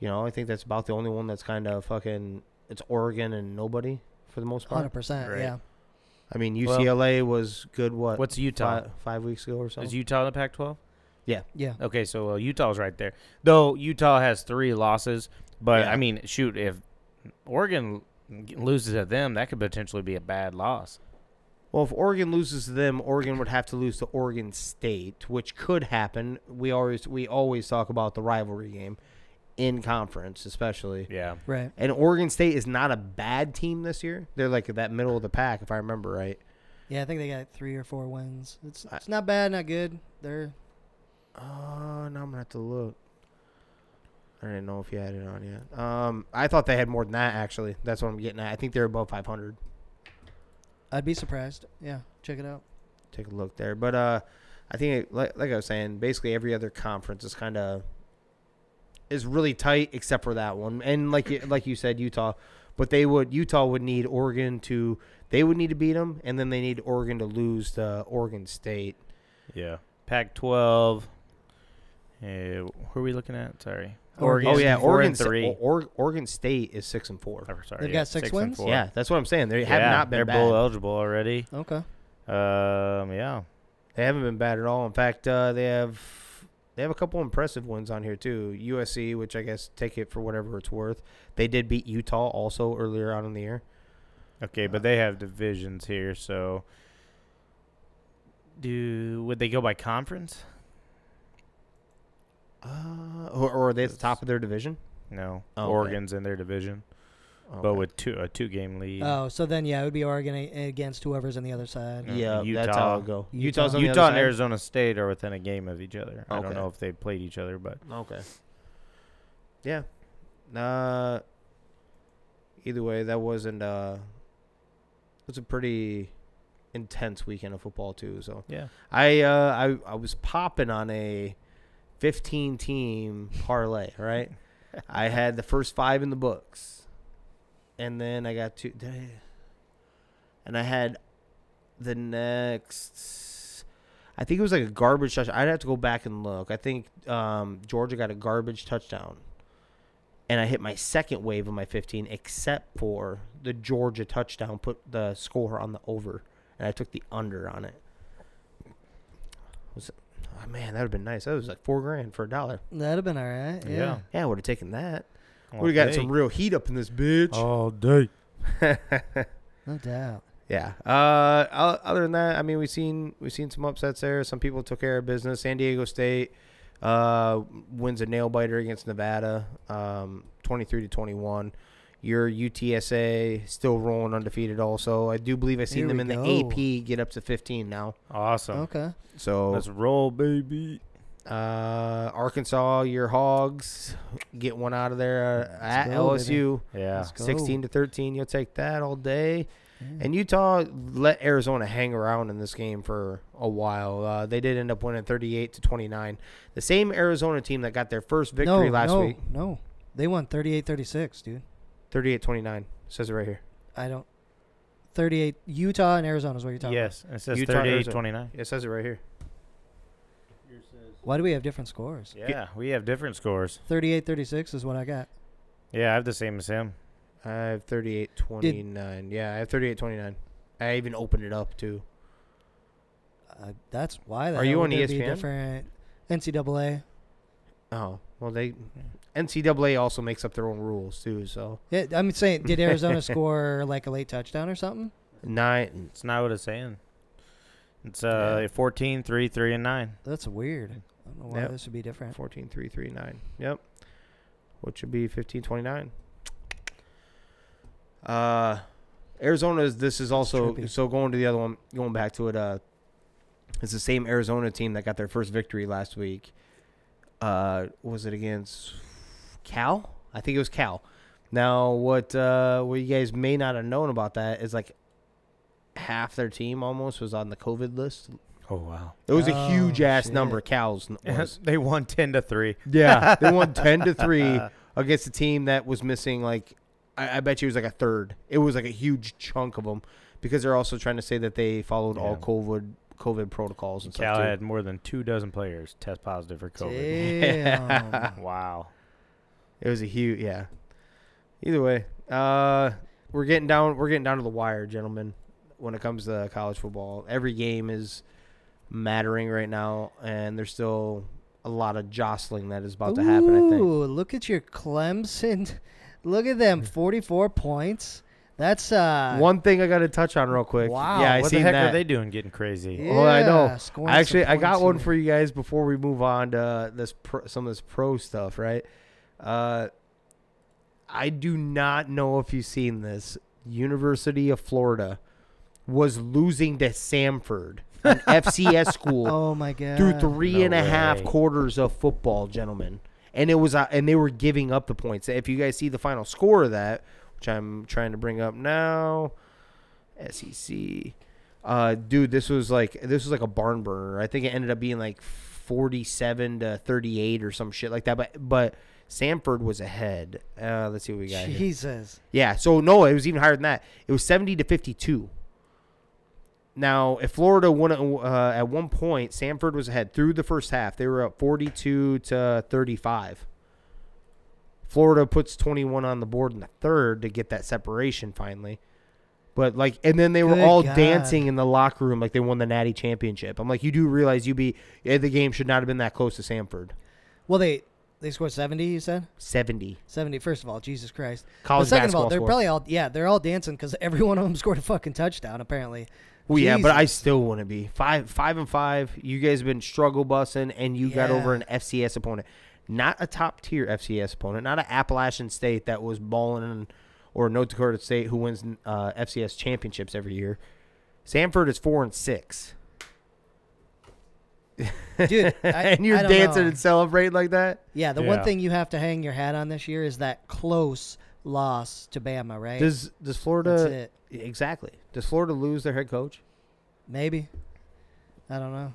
You know, I think that's about the only one that's kind of fucking. It's Oregon and nobody for the most part.
Hundred percent.
Right.
Yeah.
I mean,
Well-
UCLA was good. What?
What's Utah?
five, five weeks ago or something?
Is Utah in the Pac-12?
Yeah.
Okay, so uh, Utah's right there. Though Utah has three losses, but
Yeah.
I mean, shoot, if Oregon loses to them, that could potentially be a bad loss.
Well, if Oregon loses to them, Oregon would have to lose to Oregon State, which could happen. We always we always talk about the rivalry game in conference, especially.
Yeah.
Right.
And Oregon State is not a bad team this year. They're like that middle of the pack, if I remember right.
Yeah. I think they got three or four wins. It's
I-
it's not bad, not good. They're
Uh, now I'm gonna have to look. I didn't know if you had it on yet. Um, I thought they had more than that. Actually, that's what I'm getting at. I think they're above 500.
I'd be surprised. Yeah. Check it out.
take a look there. But uh, I think it- like like I was saying, basically every other conference is kind of is really tight except for that one. And like you, like you said, Utah, but they would Utah would need Oregon to they would need to beat them, and then they need Oregon to lose to Oregon State.
Yeah. Pac-12. Uh, who are we looking at? Sorry.
Oregon.
Oh yeah,
Four
Oregon
and three.
Or, Oregon State is six and four.
Oh, sorry.
They've
yeah,
got six
and
wins?
four.
Yeah, that's what I'm saying. They have
Yeah,
not been
They're
bad.
bowl eligible already.
Okay.
Um, yeah.
They haven't been bad at all. In fact, uh, they have they have a couple impressive ones on here too. USC, which I guess take it for whatever it's worth. They did beat Utah also earlier on in the year.
Okay,
Uh,
but they have divisions here, so do would they go by conference?
Uh, or, or are they at the top of their division?
No.
Oh, okay.
Oregon's in their division, but
Okay.
with two a two game lead.
Oh, so then yeah, it would be Oregon a- against whoever's on the other side.
Yeah,
yeah, that's
uh, Utah.
how it'll go.
Utah.
Utah's on the
Utah
other
and
side.
Arizona State are within a game of each other. I don't
Okay.
know if they played each other, but
Okay. Yeah. Uh, either way, that wasn't. Uh, it was a pretty intense weekend of football too. So
yeah.
I uh, I I was popping on a 15 team parlay, right? I had the first five in the books, and then I got two, did I- and I had the next. I think it was like a garbage touchdown. I'd have to go back and look. I think um, Georgia got a garbage touchdown, and I hit my second wave of my 15, except for the Georgia touchdown put the score on the over, and I took the under on it. Was oh man, that would have been nice. That was like four grand for a dollar.
That'd have been all right. Yeah.
Yeah.
Mm-hmm. Yeah, I would have taken that.
All
We got
day.
some real heat up in this bitch.
all day.
Oh. No doubt.
Yeah. Uh, o- other than that, I mean, we've seen we've seen some upsets there. Some people took care of business. San Diego State uh, wins a nail biter against Nevada, um, twenty three to twenty one. Your UTSA still rolling undefeated. Also, I do believe I
Here
seen them
we
in
go.
the AP get up to fifteen now.
Awesome.
Okay.
So
Let's roll, baby.
uh, Arkansas, your Hogs get one out of there uh,
Let's
at
go, baby.
LSU,
Yeah.
Let's go.
sixteen to thirteen. You'll take that all day.
Yeah.
And Utah let Arizona hang around in this game for a while. Uh, they did end up winning 38 to 29. The same Arizona team that got their first victory
no,
last
no,
week,
No. They won 38-36, dude.
38 29. Says it right here.
I don't 38 Utah and Arizona is what you're talking
Yes, it says
Utah,
thirty-eight
Arizona.
twenty-nine.
It says it right here.
about. Why do we have different scores?
Yeah, we have different scores.
38-36 is what I got.
Yeah, I have the same as him.
I have 38 29. Yeah, I have 38 29. I even opened it up too.
Uh, that's why. The
Are
hell
you
would
on E
there Be
ESPN?
different NCAA.
Oh, well, they NCAA also makes up their own rules too. So
Yeah, I'm saying, did Arizona score like a late touchdown or something?
nine.
It's not what it's saying. It's uh
Yeah.
14, 3, 3, and 9.
That's weird. I don't know why
Yep.
this would be different.
14 3 3 9. Yep. Which would be 15 29. Uh, Arizona's this is also
trippy.
so going to the other one, going back to it. Uh, it's the same Arizona team that got their first victory last week. Uh, was it against Cal? I think it was Cal. Now, what uh, what you guys may not have known about that is like half their team almost was on the COVID list.
Oh wow.
It was a
Oh,
huge ass
shit.
number. Cows n- was.
they won ten to three.
yeah, they won ten to three against a team that was missing like I, I bet you it was like a third. It was like a huge chunk of them because they're also trying to say that they followed all
Yeah.
COVID COVID protocols and
Cal
stuff. Too.
had more than two dozen players test positive for COVID.
Damn.
Wow.
It was a huge yeah. Either way, uh, we're getting down we're getting down to the wire, gentlemen. When it comes to college football, every game is mattering right now, and there's still a lot of jostling that is about to happen. I think.
Ooh, look at your Clemson. Look at them, 44 points. That's uh
One thing I got to touch on real quick.
Wow,
yeah, I
what
seen
the heck
that.
are they doing getting crazy?
Yeah,
Oh, I know.
scoring some
Actually, I got
points
one
here.
for you guys before we move on to uh, this pro, some of this pro stuff, right? Uh, I do not know if you've seen this. University of Florida was losing to Samford, an FCS school,
Oh my god.
through three
No
and a half
way.
quarters of football, gentlemen. And it was uh, and they were giving up the points. If you guys see the final score of that, which I'm trying to bring up now, SEC. Uh, dude, this was like this was like a barn burner. I think it ended up being like 47 to 38 or some shit like that. But but Samford was ahead. Uh, let's see what we got. Here.
Jesus.
Yeah. So no, it was even higher than that. It was seventy to fifty-two. Now, if Florida won uh, at one point, Samford was ahead through the first half. They were up forty-two to thirty-five. Florida puts twenty-one on the board in the third to get that separation finally. But like, and then they were
Good
all
God.
dancing in the locker room like they won the Natty Championship. I'm like, you do realize you be eh, the game should not have been that close to Samford.
Well, they they scored 70, you said?
Seventy
70 first of all, Jesus Christ.
college
but second of
basketball.
all, they're
score.
probably all yeah, they're all dancing cuz every one of them scored a fucking touchdown apparently.
Well, yeah, but I
Jesus.
still want to be five, five and five. You guys have been struggle bussing, and you got over an
Yeah.
FCS opponent, not a top tier FCS opponent, not an Appalachian State that was balling, in, or North Dakota State who wins uh, FCS championships every year. Sanford is four and six,
Dude, I,
and you're
I don't
dancing
know.
and celebrating like that.
Yeah, the
Yeah.
one thing you have to hang your hat on this year is that close loss to Bama, right?
Does does
That's
Florida
it.
exactly? Does Florida lose their head coach?
Maybe. I don't know.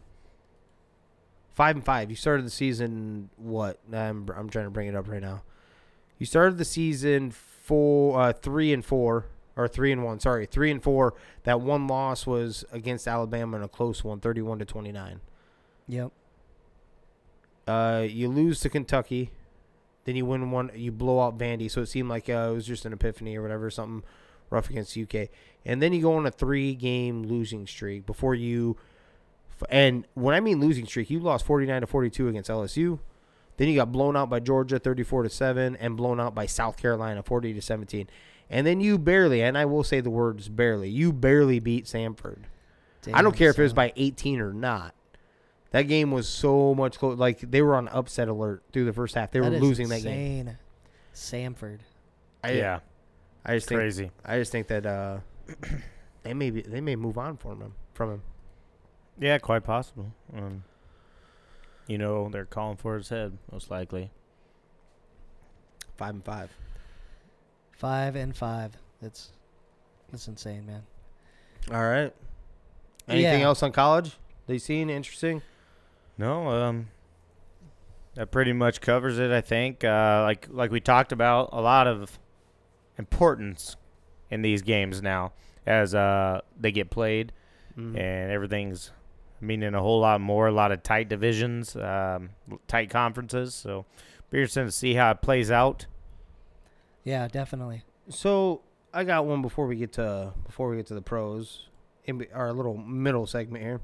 five and five. You started the season what? I'm I'm trying to bring it up right now. You started the season four, uh, three and four, or three and one. Sorry, three and four. That one loss was against Alabama in a close one, 31 to twenty nine.
Yep.
Uh, you lose to Kentucky, then you win one. You blow out Vandy, so it seemed like uh, it was just an epiphany or whatever, something rough against UK, and then you go on a three game losing streak before you. f- And when I mean losing streak, you lost forty nine to forty two against LSU. Then you got blown out by Georgia 34 to 7 and blown out by South Carolina 40 to 17. And then you barely, and I will say the words barely, you barely beat Samford. I don't
Damn,
care if it was
son.
by 18 or not. That game was so much close. Like they were on upset alert through the first half. They were
That is
losing that game.
insane. Samford.
I,
yeah,
I just think
crazy.
I just think that uh, they may be, they may move on from him from him.
Yeah, quite possible. Um, you know, they're calling for his head, most likely.
Five and five.
Five and five. That's that's insane, man.
All right. Anything
Yeah.
else on college? They seen interesting?
No, um, that pretty much covers it. I think, uh, like like we talked about, a lot of importance in these games now as uh, they get played,
Mm-hmm.
Mhm.
and everything's meaning a whole lot more. A lot of tight divisions, um, tight conferences. So, be interested to see how it plays out.
Yeah, definitely.
So I got one before we get to before we get to the pros in be- our little middle segment here.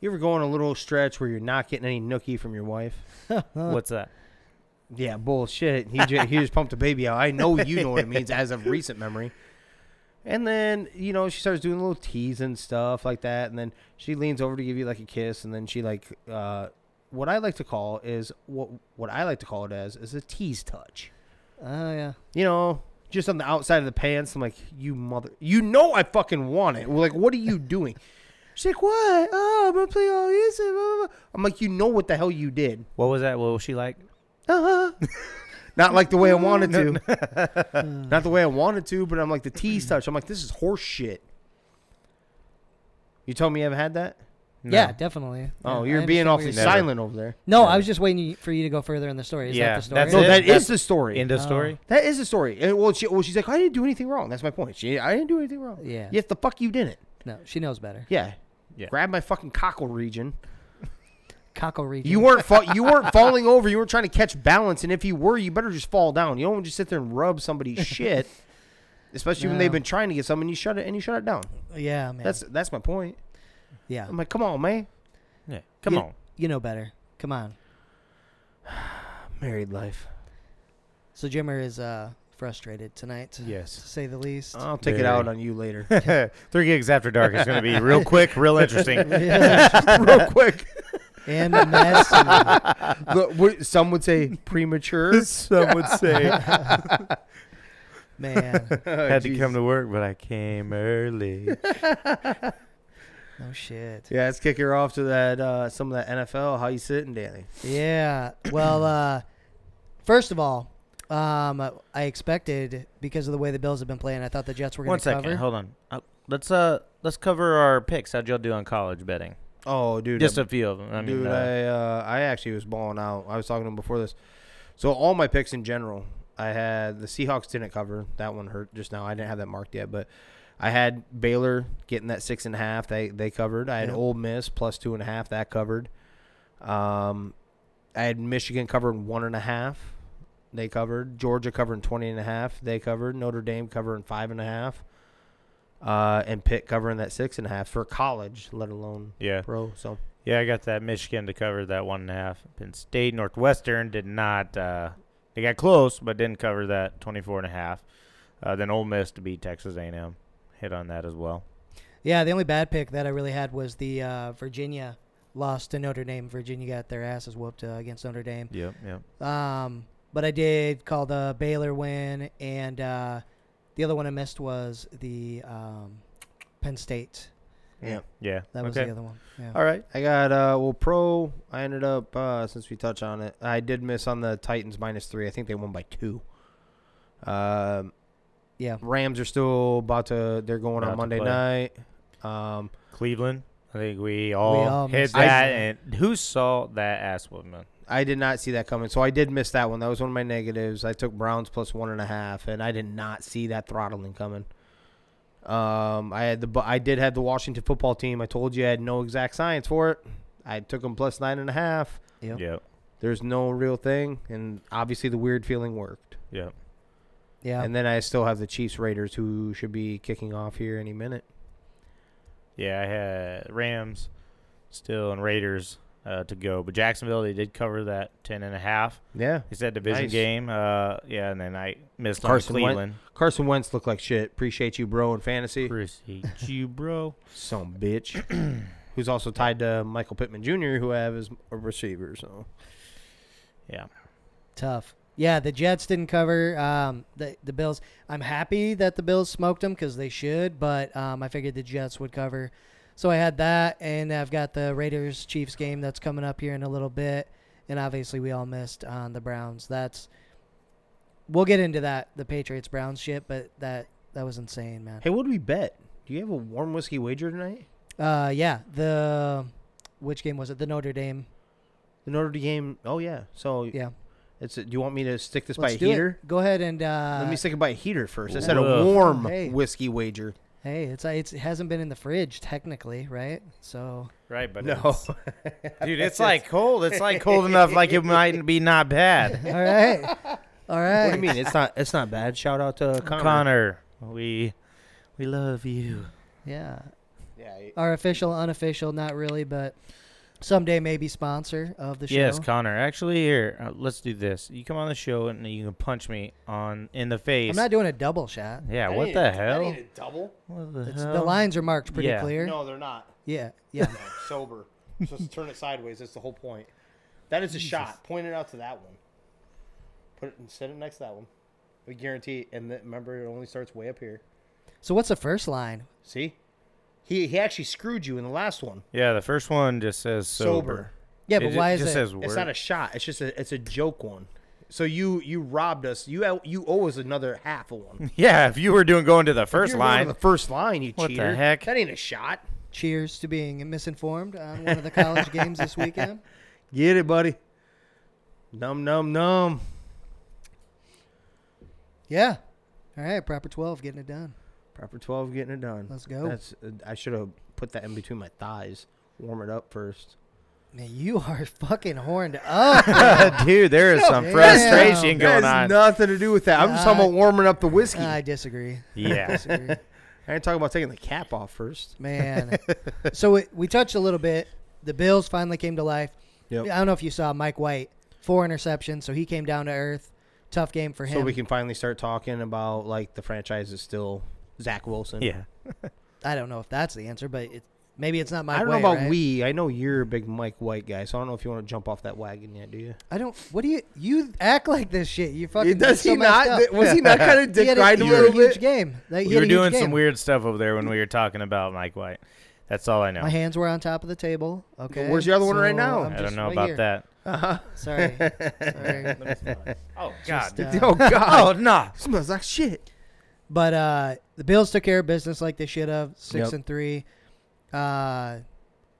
You ever go on a little stretch where you're not getting any nookie from your wife?
What's that?
Yeah, bullshit. He just, he just pumped a baby out. I know you know what it means as of recent memory. And then you know she starts doing little teasing stuff like that, and then she leans over to give you like a kiss, and then she like uh, what I like to call is what what I like to call it as is a tease touch
Oh yeah.
you know, just on the outside of the pants. I'm like, you mother, you know, I fucking want it. We're like, what are you doing? She's like, what? Oh, I'm gonna play all this. and blah, blah, blah." I'm like, you know what the hell you did?
What was that? What was she like?
Uh-huh. Not like the way I wanted to. Not the way I wanted to, but I'm like, the T's touch. I'm like, this is horse shit. You told me you haven't had that?
Yeah, definitely.
Oh,
Yeah,
you're
I understand
being
what
awfully
you're saying.
silent over there.
No, I was just waiting you- for you to go further in the story. Is
Yeah,
that the story?
that's
No,
it.
that
That's-
is the story.
End of story.
That is the story. And, well, she, well, she's like, I didn't do anything wrong. That's my point. She, I didn't do anything wrong.
Yeah.
Yes, the fuck you didn't.
No, she knows better.
Yeah.
Yeah.
Grab my fucking cockle region.
Cockle region.
You weren't fa- you weren't falling over. You weren't trying to catch balance. And if you were, you better just fall down. You don't just sit there and rub somebody's shit, especially when they've
No.
been trying to get something. You shut it and you shut it down.
Yeah, man.
That's that's my point.
yeah.
um,
I'm like, come on, man.
Oh, Yeah. Come
You-
on.
You know better. Come on.
Married life.
So Jimmer is uh, frustrated tonight, to
Yes.
say the least.
I'll take it
Very.
out on you later,
Three gigs after dark is going to be real quick, real interesting.
Yeah.
real quick.
and messy.
Look, what- Some would say premature.
Some would say
man.
Oh,
had to come to work, but I came early.
No shit.
Yeah, let's kick her off to that uh, some of that NFL. How you sitting, Danny?
Yeah. Well, uh, first of all, um, I expected because of the way the Bills have been playing, I thought the Jets were going
One
to
second,
cover.
hold on. Uh, let's uh let's cover our picks. How'd y'all do on college betting?
Oh, dude,
Just
I'm-
a few of them. I mean,
Dude,
uh,
I uh, I actually was balling out. I was talking to him before this. So all my picks in general, I had the Seahawks didn't cover. That one hurt just now. I didn't have that marked yet, but I had Baylor getting that six and a half. They they covered. I had
Yep.
Ole Miss plus two and a half. That covered. Um, I had Michigan covering one and a half. They covered. Georgia covering 20 and a half. They covered. Notre Dame covering five and a half. Uh, and Pitt covering that six and a half for college, let alone
yeah,
pro. So
yeah, I got that Michigan to cover that one and a half. Penn State, Northwestern did not. Uh, they got close, but didn't cover that 24 and a half. Uh, then Ole Miss to beat Texas A&M. Hit on that as well.
Yeah, the only bad pick that I really had was the uh, Virginia lost to Notre Dame. Virginia got their asses whooped uh, against Notre Dame.
Yep, yep.
Um, but I did call the Baylor win, and uh, the other one I missed was the um, Penn State.
yeah.
Yeah.
That was
okay.
the other one. Yeah.
All right.
I got uh well pro. I ended up uh since we touch on it, I did miss on the Titans minus three. I think they won by two. Um,
Yeah.
Rams are still about to. They're going
About to
on Monday
play.
night. Um,
Cleveland. I think we all,
all
hit
missed
that.
that.
And who saw that ass woman?
I did not see that coming, so I did miss that one. That was one of my negatives. I took Browns plus one and a half, and I did not see that throttling coming. Um, I had the Bu- I did have the Washington football team. I told you I had no exact science for it. I took them plus nine and a half.
Yep.
Yep.
There's no real thing, and obviously the weird feeling worked.
Yep.
Yeah.
And then I still have the Chiefs Raiders who should be kicking off here any minute.
Yeah, I had Rams still and Raiders uh, to go, but Jacksonville they did cover that ten and a half.
Yeah.
It's that division
Nice.
game. Uh, yeah, and then I missed
Carson
on
Wentz.
Cleveland.
Carson Wentz looked like shit. Appreciate you, bro, in fantasy.
Appreciate you, bro.
Some bitch. Who's also tied to Michael Pittman Jr., who I have as a receiver. So
Yeah.
Tough. Yeah, the Jets didn't cover um, the the Bills. I'm happy that the Bills smoked them because they should, but um, I figured the Jets would cover. So I had that, and I've got the Raiders Chiefs game that's coming up here in a little bit, and obviously we all missed on the Browns. That's we'll get into that the Patriots Browns shit, but that that was insane, man.
Hey, what do we bet? Do you have a warm whiskey wager tonight?
Uh, yeah, the which game was it? The Notre Dame.
The Notre Dame oh yeah. So
Yeah,
it's do you want me to stick this
let's
by a
do
heater?
it. Go ahead and uh,
Let me stick it by a heater first. I said a
Ugh.
warm
Hey.
whiskey wager.
Hey, it's uh, it's it hasn't been in the fridge technically, right? So
Right, but
No.
dude, it's like cold. It's like cold enough, like it might be not bad.
all right, all right.
what do you mean? It's not it's not bad. Shout out to Connor.
Connor, we we love you.
Yeah,
Yeah, he-
our official, unofficial, not really, but someday maybe sponsor of the show.
Yes, Connor. Actually, here, uh, let's do this. You come on the show and you can punch me on in the face.
I'm not doing a double shot.
yeah,
That
what
ain't-
the
that
hell?
ain't a double.
What the
It's,
hell?
the lines are marked pretty
Yeah.
clear.
No, they're not.
Yeah, yeah.
No, sober. So to turn it sideways. That's the whole point. That is a shot. Point it out to that one. Put it and set it next to that one. We guarantee. And that, remember, it only starts way up here.
so what's the first line?
See, he he actually screwed you in the last one.
Yeah, the first one just says sober.
Sober.
Yeah, but
ju-
why is
just
it?
says
It's
word.
not a shot. It's just a it's a joke one. So you you robbed us. You owe- you owe us another half of one.
Yeah, if you were doing going to the
If
first
you're going to
line,
The first line. You
What the
cheater.
heck?
That ain't a shot.
Cheers to being misinformed on one of the college games this weekend.
Get it, buddy. Num num num.
Yeah. All right, proper 12 getting it done.
Proper twelve, getting it done.
Let's go.
That's uh, I should have put that in between my thighs. Warm it up first.
Man, you are fucking horned up.
dude, there is some
Damn.
frustration
That
going
has
on.
nothing to do with that. I'm just talking about
God.
warming up the whiskey.
I disagree.
Yeah.
Disagree.
I ain't talking about taking the cap off first.
Man. so we, we touched a little bit. The Bills finally came to life.
Yep.
I don't know if you saw Mike White, four interceptions, so he came down to earth. Tough game for him.
So we can finally start talking about like the franchise is still Zach Wilson.
Yeah.
I don't know if that's the answer, but it, maybe it's not Mike
I don't
White.
know about
right?
we. I know you're a big Mike White guy, so I don't know if you want to jump off that wagon yet, do you?
I don't. What do you? You act like this shit. You fucking. do so much stuff.
Was he not kind of
He had a, he had a huge game. Like, he
We
had
were
a huge
doing some
game.
weird stuff over there when we were talking about Mike White. That's all I know.
My hands were on top of the table. Okay.
Where's the other one right
so
now?
I'm
I don't
just
know
right
about
here.
that.
Sorry. Sorry.
Oh
Just, uh,
Oh
oh
God!
no.
Smells like shit.
But uh, the Bills took care of business like they should have. Six
Yep.
and three. Uh,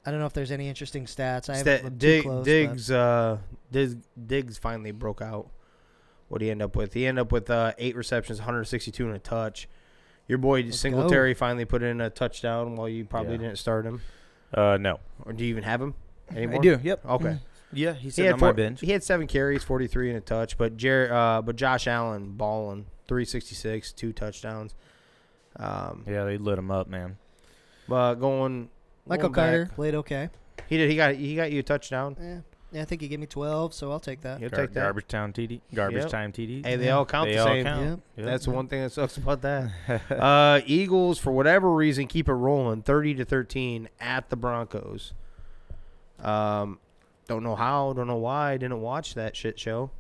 I don't know if there's any interesting stats. I haven't
That
looked
Dig,
too close. but-
Diggs, uh, Diggs, Diggs finally broke out. What did he end up with? He ended up with uh, eight receptions, 162 and a touch. Your boy Singletary finally put in a touchdown while you probably
Yeah.
didn't start him,
Uh no.
or do you even have him anymore?
Yep.
Okay.
Yeah, he's
He had, four, he had seven carries, 43 and a touch, but Jer- uh, but Josh Allen balling 366, two touchdowns. Um,
Yeah, they lit him up, man.
but going
Michael
going
Carter
back-
played okay.
he did. He got he got you a touchdown.
Yeah. yeah, I think he gave me 12, so I'll take that.
You'll
Gar-
take that.
Garbage Town TD. Garbage
Yep.
Time TD.
Hey, they all count
They
the
all
same.
count.
Yep.
Yep.
That's the one thing that sucks about that. uh, Eagles, for whatever reason, keep it rolling, thirty to thirteen at the Broncos. Um, don't know how, don't know why. Didn't watch that shit show.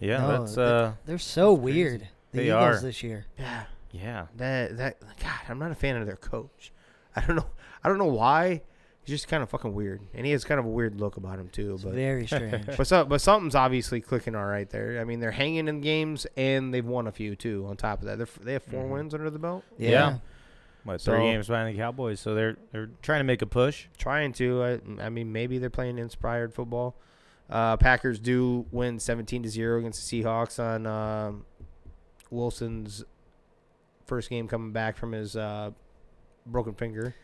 Yeah,
No,
that's
they-
uh
They're so weird. The
They
Eagles
are.
this year.
Yeah,
yeah.
that that God, I'm not a fan of their coach. I don't know. I don't know why. He's just kind of fucking weird, and he has kind of a weird look about him too.
It's
But
very strange.
but, so, but something's obviously clicking all right there. I mean, they're hanging in games, and they've won a few too. On top of that, they're, f- they have 4
Mhm.
wins under the belt.
Yeah. What, three
So-
games behind the Cowboys, so they're they're trying to make a push.
Trying to. I, I mean, maybe they're playing inspired football. Uh, Packers do win seventeen to zero against the Seahawks on um Wilson's first game coming back from his uh, broken finger.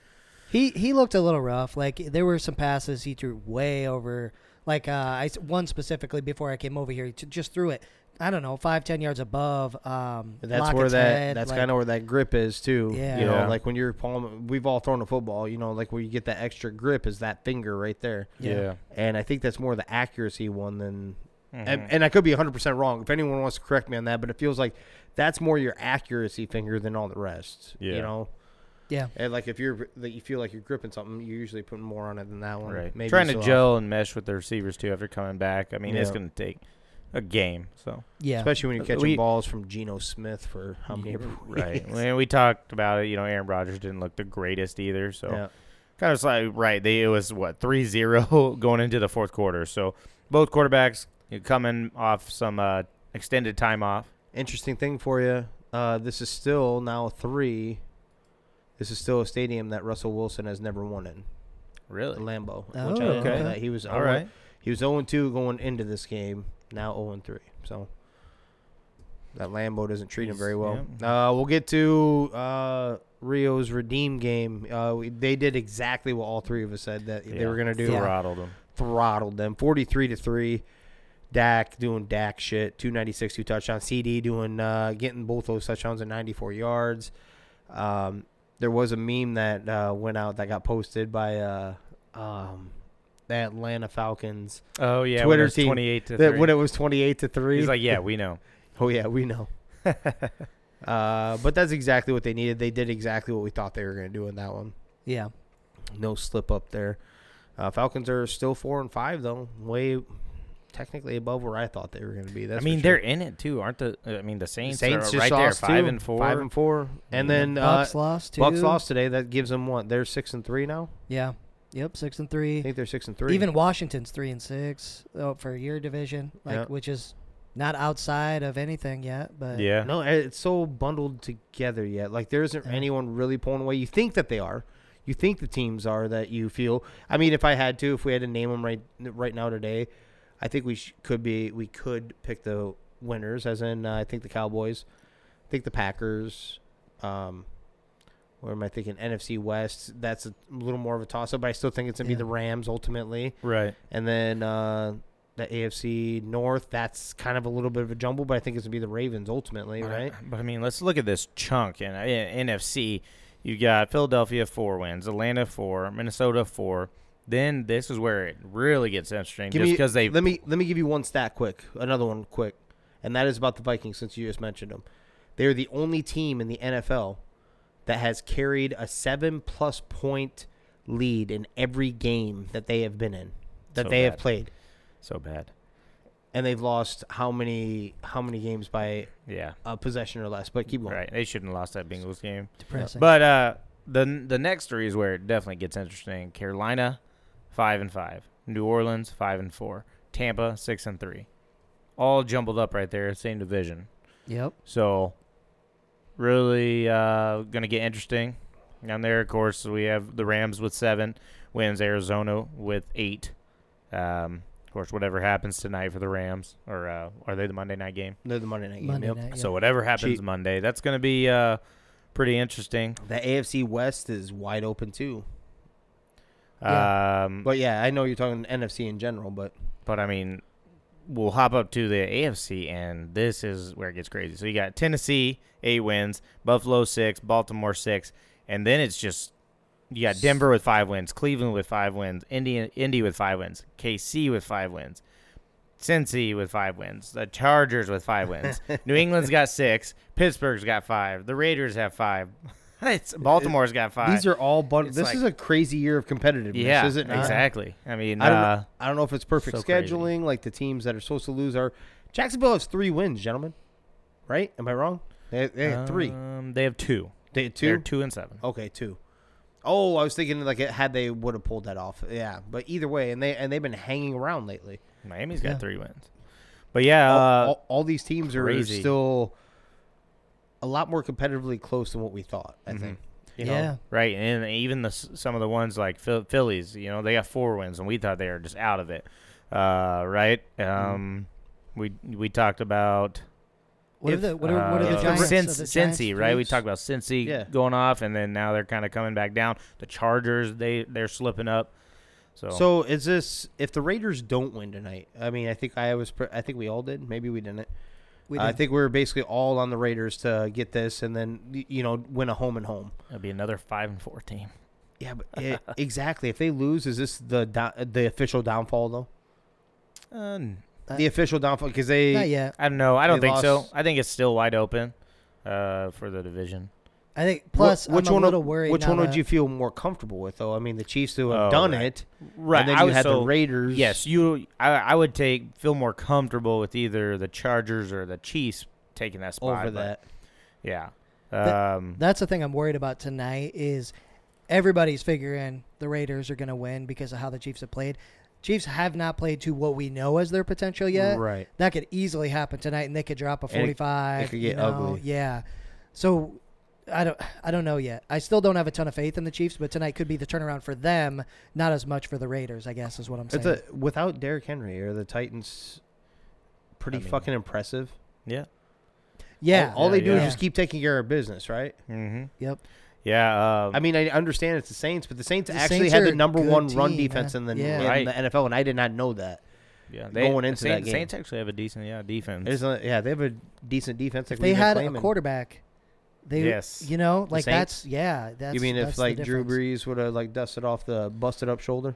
He he looked a little rough. Like there were some passes he threw way over. Like uh, I s- one specifically before I came over here, he t- just threw it. I don't know, five ten yards above. Um,
That's
Lockett's
where that
head,
that's
like-
kind of where that grip is too.
Yeah.
You know,
Yeah.
like when you're palm, we've all thrown a football. You know, like where you get that extra grip is that finger right there.
Yeah.
And I think that's more the accuracy one than.
Mhm.
And, and I could be 100% wrong if anyone wants to correct me on that, but it feels like that's more your accuracy finger than all the rest. You
Yeah.
know?
yeah.
And like if you're that you feel like you're gripping something, you're usually putting more on it than that one.
Right.
Maybe
Trying to
still off.
gel and mesh with the receivers too after coming back. I mean, it's
Yeah.
going to take a game. So
Yeah.
Especially when you're
Uh,
catching
we-
balls from Geno Smith for how many ever
right.
weeks.
And we talked about it. You know, Aaron Rodgers didn't look the greatest either. So
Yeah.
kind of like right. They it was what 3-0 going into the fourth quarter. So both quarterbacks you know, coming off some uh, extended time off.
Interesting thing for you. Uh, this is still now three. This is still a stadium that Russell Wilson has never won in,
Really?
Lambeau.
Oh,
which I didn't know
okay.
that. He was
All right.
He was 0 2 going into this game. Now 0 3. So that Lambo doesn't treat him
He's-
very well. Uh, we'll get to uh, Rio's redeem game. Uh, we, they did exactly what all three of us said that they
Yeah.
were going to do.
Yeah.
Throttled him.
Throttled them 43 to 3. Dak doing Dak shit. 296, two touchdowns. CD doing uh, getting both those touchdowns at 94 yards. Um, there was a meme that uh, went out that got posted by uh, um, the Atlanta Falcons
Oh yeah.
Twitter
when it was
team.
28 to 3.
that when it was 28 to 3
He's like, yeah, we know.
oh yeah we know uh, but that's exactly what they needed they did exactly what we thought they were going to do in that one Uh,
yeah.
no slip up there uh, falcons are still four and five though way technically above where i thought they were going to be that's
I
for
mean,
sure.
they're in it too, aren't the? I mean, the Saints,
saints
are
just
right there,
lost
five
too.
and four.
five and four and
Yeah.
then uh,
Bucks lost too.
bucks lost today that gives them what they're six and three now
Yeah. Yep, six and
I
three.
think they're six and three.
Even Washington's three and six oh, for your division, like
Yeah.
which is not outside of anything yet. But
Yeah.
no, and it's so bundled together yet. Like there isn't
Yeah.
anyone really pulling away. You think that they are. You think the teams are that you feel. I mean, if I had to, if we had to name them right right now today, I think we sh- could be we could pick the winners. As in, uh, I think the Cowboys, I think the Packers. Um, where am I thinking? NFC West. That's a little more of a toss up, but I still think it's gonna
Yeah.
be the Rams ultimately.
Right.
And then uh, the AFC North, that's kind of a little bit of a jumble, but I think it's going to be the Ravens ultimately,
But I-
right?
But I mean, let's look at this chunk in, in NFC. You got Philadelphia four wins, Atlanta four, Minnesota four. Then this is where it really gets interesting,
Give
just
me-
because they
let me let me give you one stat quick, another one quick, and that is about the Vikings since you just mentioned them. They are the only team in the NFL that has carried a seven plus point lead in every game that they have been in, that
So
they have
bad.
played,
so bad.
and they've lost how many how many games by
Yeah.
a possession or less? But keep going.
Right. They shouldn't have lost that Bengals game.
depressing.
But uh, the the next three is where it definitely gets interesting. Carolina, five and five. New Orleans, five and four. Tampa, six and three. All jumbled up right there, same division.
yep,
So, really uh, gonna get interesting down there. Of course, we have the Rams with seven wins, Arizona with eight. Um, of course, whatever happens tonight for the Rams, or uh, are they the Monday night game?
They're the Monday night game.
Monday
yep.
night.
So
yeah.
whatever happens
Cheat.
Monday, that's gonna be uh, pretty interesting.
The AFC West is wide open too.
Yeah.
Um,
Mm-hmm. But yeah, I know you're talking NFC in general, but
But I mean, we'll hop up to the AFC, and this is where it gets crazy. So you got Tennessee eight wins, Buffalo six, Baltimore six, and then it's just you got Denver with five wins, Cleveland with five wins, Indy Indy with five wins, KC with five wins. Cincy with five wins, the Chargers with five wins, New England's got six, Pittsburgh's got five, the Raiders have five, it's Baltimore's got five.
these are all. But
It's
this
like-
is a crazy year of competitiveness,
yeah,
is it not?
exactly. I mean,
I don't.
uh,
know, I don't know if it's perfect
so crazy.
scheduling. Like the teams that are supposed to lose are. Jacksonville has three wins, gentlemen. Right? Am I wrong? They, they had three.
um, they have two.
They had
They're
2
two and seven.
Okay, two. Oh, I was thinking like it, had they would have pulled that off. Yeah, but either way, and they and they've been hanging around lately.
Miami's got
Yeah.
three wins. But yeah,
All,
uh,
all, all these teams
crazy.
are still a lot more competitively close than what we thought.
Mm-hmm.
I think. You know?
yeah,
right, and even the s- some of the ones like Phil- Phillies, you know, they got four wins, and we thought they were just out of it, uh, right?
Mm-hmm.
Um, we we talked about
what are
if,
the what are, what are the
uh,
Giants?
Cin-
Are the Giants
Cincy, right? We
freaks?
talked about Cincy
Yeah.
going off, and then now they're kind of coming back down. The Chargers, they they're slipping up. So,
So is this if the Raiders don't win tonight? I mean, I think I was. pre- I think we all did. Maybe we didn't. Uh,
We
I
did.
think we were basically all on the Raiders to get this, and then y- you know win a home and home.
it'll be another five and four team.
Yeah, but it, exactly. If they lose, is this the do- the official downfall though?
Uh, n-
Uh,
the official downfall because they.
not yet.
I don't know. I don't
They
think so.
lost-
I think it's still wide open uh, for the division.
I think.
Wh-
Plus,
which
I'm
one?
a
would-
little worried.
which
now
one would
that-
you feel more comfortable with though? I mean, the Chiefs who have
Oh,
done
right.
it,
Right.
and then
I
you
was
had the
so-
Raiders.
Yes, you. I, I would take feel more comfortable with either the Chargers or the Chiefs taking that spot
over
but-
that.
Yeah.
That-
Um,
That's the thing I'm worried about tonight is everybody's figuring the Raiders are going to win because of how the Chiefs have played. Chiefs have not played to what we know as their potential yet.
Right.
That could easily happen tonight, and they could drop a
it- it
45.
could
you
get
know?
ugly.
Yeah. So I don't, I don't know yet. I still don't have a ton of faith in the Chiefs, but tonight could be the turnaround for them, not as much for the Raiders. I guess is what I'm saying.
It's a, without Derrick Henry or the Titans. Pretty
I mean-
fucking impressive.
yeah.
yeah.
All, all they
Yeah,
do is
yeah.
just keep taking care of business, right?
Mm-hmm.
yep.
Yeah. Um,
I mean, I understand it's the Saints, but the Saints
The
actually
Saints
had
are
the
a
number
good
one run
team,
defense
man.
in, the,
Yeah.
in
Right.
the NFL, and I did not know that.
yeah.
going
the
into that
Saints,
game.
Saints actually have a decent yeah defense.
It is a- yeah, they have a decent defense. Like
If they
we've been
had a
claiming.
quarterback. They,
Yes.
You know, like
Saints?
that's yeah. That's
You mean
that's
if
the
like Drew
difference.
Brees would have like dusted off the busted up shoulder?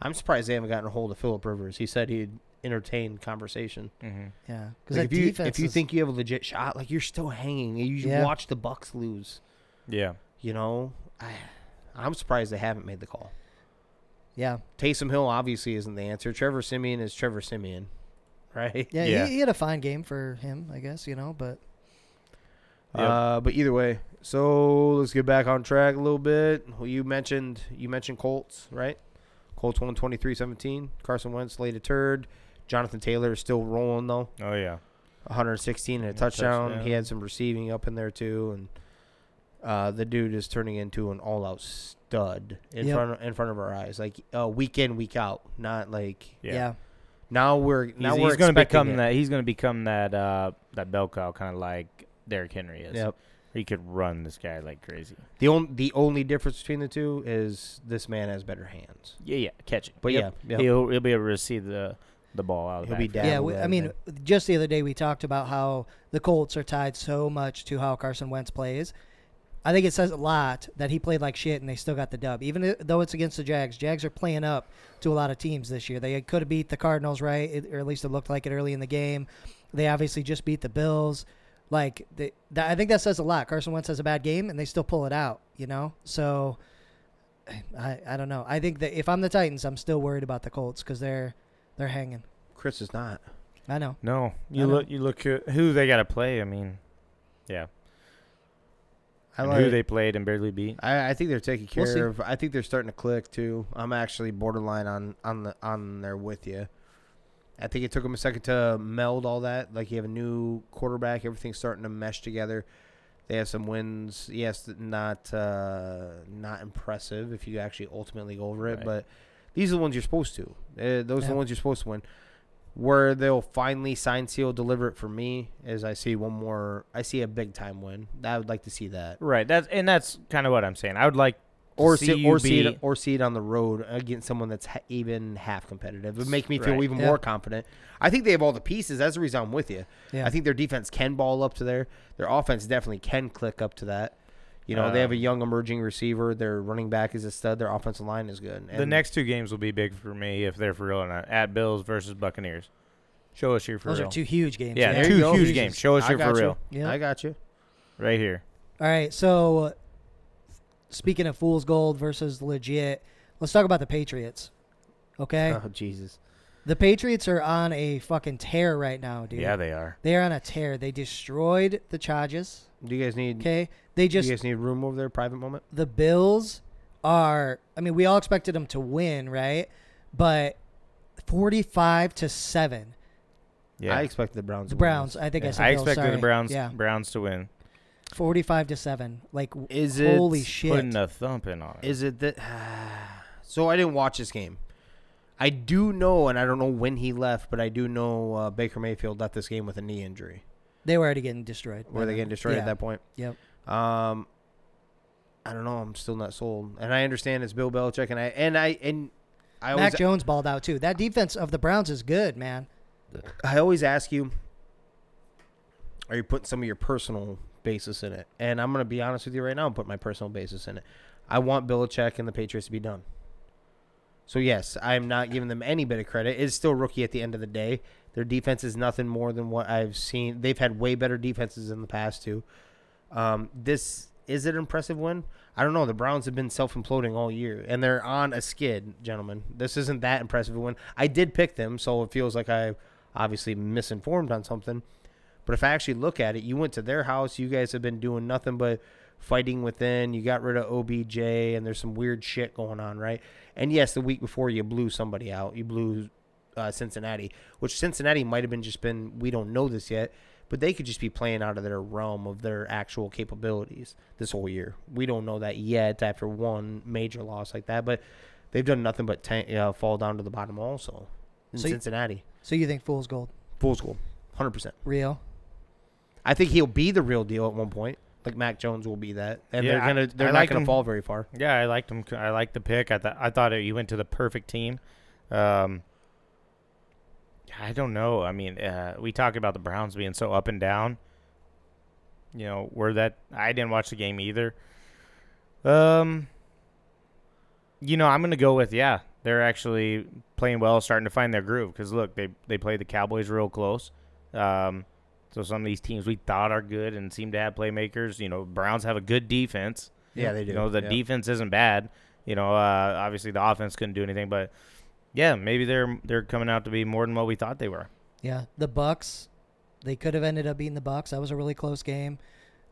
I'm surprised they haven't gotten a hold of Philip Rivers. He said he'd entertain conversation.
mm-hmm.
Yeah, because
Like,
that
if you
defense.
if you
is-
think you have a legit shot, like you're still hanging. You just
Yeah.
watch the Bucks lose.
Yeah.
You know, I, I'm surprised they haven't made the call.
yeah,
Taysom Hill obviously isn't the answer. Trevor Simeon is Trevor Simeon, right?
yeah,
Yeah.
He, he had a fine game for him, I guess you know, but
Yep.
Uh, but either way, so let's get back on track a little bit. Well, you mentioned you mentioned Colts, right? Colts won 23-17. Carson Wentz laid a turd. Jonathan Taylor is still rolling though,
Oh yeah.
116 and a
Yeah,
touchdown.
touchdown.
He had some receiving up in there too, and uh, the dude is turning into an all-out stud in
Yep.
front of, in front of our eyes, like uh, week in week out, not like
Yeah.
now we're now
he's,
we're
he's gonna
expecting
become
it.
that. He's gonna become that uh, that bell cow, kind of like Derrick Henry is.
Yep.
He could run this guy like crazy.
The only the only difference between the two is this man has better hands.
Yeah, yeah, catch it.
But
Yep.
yeah, yeah.
he'll he'll be able to receive the the ball out. Of the
He'll be
backfield.
Yeah,
Yeah, we,
well,
I
that-
mean, just the other day we talked about how the Colts are tied so much to how Carson Wentz plays. I think it says a lot that he played like shit and they still got the dub, even i- though it's against the Jags. Jags are playing up to a lot of teams this year. They could have beat the Cardinals, right? It, or at least it looked like it early in the game. They obviously just beat the Bills. Like, they, that, I think that says a lot. Carson Wentz has a bad game and they still pull it out, you know? So, I, I don't know. I think that if I'm the Titans, I'm still worried about the Colts because they're, they're hanging.
Chris is not.
I know.
No,
I
you
know.
look you look at who they got to play. I mean, yeah,
I
and
like.
who they played and barely beat.
I, I think they're taking care
We'll see.
of. I think they're starting to click too. I'm actually borderline on on the on there with you. I think it took him a second to meld all that. Like you have a new quarterback, everything's starting to mesh together. They have some wins, yes, not uh, not impressive if you actually ultimately go over it,
Right.
but these are the ones you're supposed to. Uh, those are
Yeah.
the ones you're supposed to win. Where they'll finally sign seal deliver it for me is I see one more. I see a big time win. I would like to see that
Right. That's and that's kind of what I'm saying. I would like to
or
see,
see,
you
or see
beat-
it or see it on the road against someone that's ha- even half competitive. It would make me feel
Right.
even
Yeah.
more confident. I think they have all the pieces. That's the reason I'm with you.
Yeah.
I think their defense can ball up to there. Their offense definitely can click up to that. You know, they have a
Um,
young emerging receiver. Their running back is a stud. Their offensive line is good.
the next two games will be big for me if they're for real or not. At Bills versus Buccaneers. Show us your for
Those
real.
are two huge games.
Yeah,
There
two
you go.
huge
Jesus.
games. Show us
I
you're for
got
real.
Yeah.
I got you.
right here.
All right. So, speaking of fool's gold versus legit, let's talk about the Patriots. Okay,
Uh-huh.
Oh Jesus!
the Patriots are on a fucking tear right now, dude.
Yeah, they are.
they are on a tear. They destroyed the Chargers.
Do you guys need?
Okay, they
do
just
you guys need room over there? Private moment.
the Bills are. I mean, we all expected them to win, right? But forty-five to seven,
Yeah.
I expected the Browns.
the
to win
Browns.
this.
I think I
Yeah.
said
I
Bills,
expected the
sorry.
Browns
Yeah,
Browns to win.
forty-five to seven. Like, w-
Is it-
holy shit!
Putting a thumping on it.
Is it that? so I didn't watch this game. I do know, and I don't know when he left, but I do know uh, Baker Mayfield left this game with a knee injury.
they were already getting destroyed. by
Were they
them.
getting destroyed
Yeah.
at that point?
Yep.
Um, I don't know. I'm still not sold, and I understand it's Bill Belichick, and I and I and I always
Mac Jones balled out too. That defense of the Browns is good, man.
I always ask you, are you putting some of your personal basis in it? And I'm gonna be honest with you right now. I'm putting my personal basis in it. I want Belichick and the Patriots to be done. So yes, I'm not giving them any bit of credit. It's still rookie at the end of the day. Their defense is nothing more than what I've seen. They've had way better defenses in the past too. Um, this is it an impressive win? I don't know. The Browns have been self imploding all year, and they're on a skid, gentlemen. This isn't that impressive of a win. I did pick them, so it feels like I obviously misinformed on something. But if I actually look at it, you went to their house. You guys have been doing nothing but fighting within. You got rid of OBJ, and there's some weird shit going on, right? And yes, the week before you blew somebody out. You blew uh, Cincinnati, which Cincinnati might have been just been. We don't know this yet, but they could just be playing out of their realm of their actual capabilities this whole year. We don't know that yet after one major loss like that, but they've done nothing but tank, uh, fall down to the bottom also in
So you-
Cincinnati.
So you think fool's gold,
Full school, hundred percent.
real?
I think he'll be the real deal at one point. Like Mac Jones will be that, and
Yeah,
they're gonna
I-
they're
I
not
like
gonna
him.
fall very far.
Yeah, I liked him. I liked the pick. I thought I thought he went to the perfect team. Um, I don't know. I mean, uh, we talk about the Browns being so up and down. You know, where that I didn't watch the game either. Um, you know, I'm gonna go with yeah. They're actually playing well, starting to find their groove. Because look, they they played the Cowboys real close. Um, so some of these teams we thought are good and seem to have playmakers. You know, Browns have a good defense.
Yeah, they do.
You know, the
yeah.
defense isn't bad. You know, uh, obviously the offense couldn't do anything, but yeah, maybe they're they're coming out to be more than what we thought they were.
Yeah, the Bucks. They could have ended up beating the Bucks. That was a really close game.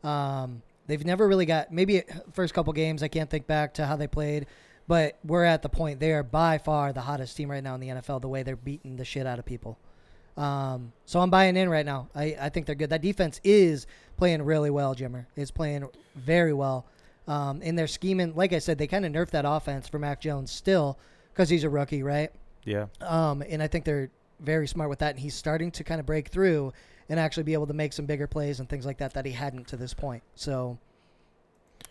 Um, they've never really got maybe first couple games. I can't think back to how they played, but we're at the point they are by far the hottest team right now in the NFL. The way they're beating the shit out of people. Um, so I'm buying in right now. I, I think they're good. That defense is playing really well. Jimmer is playing very well. Um, in their scheming, like I said, they kind of nerfed that offense for Mac Jones still because he's a rookie, right?
Yeah.
Um, and I think they're very smart with that. And he's starting to kind of break through and actually be able to make some bigger plays and things like that that he hadn't to this point. So,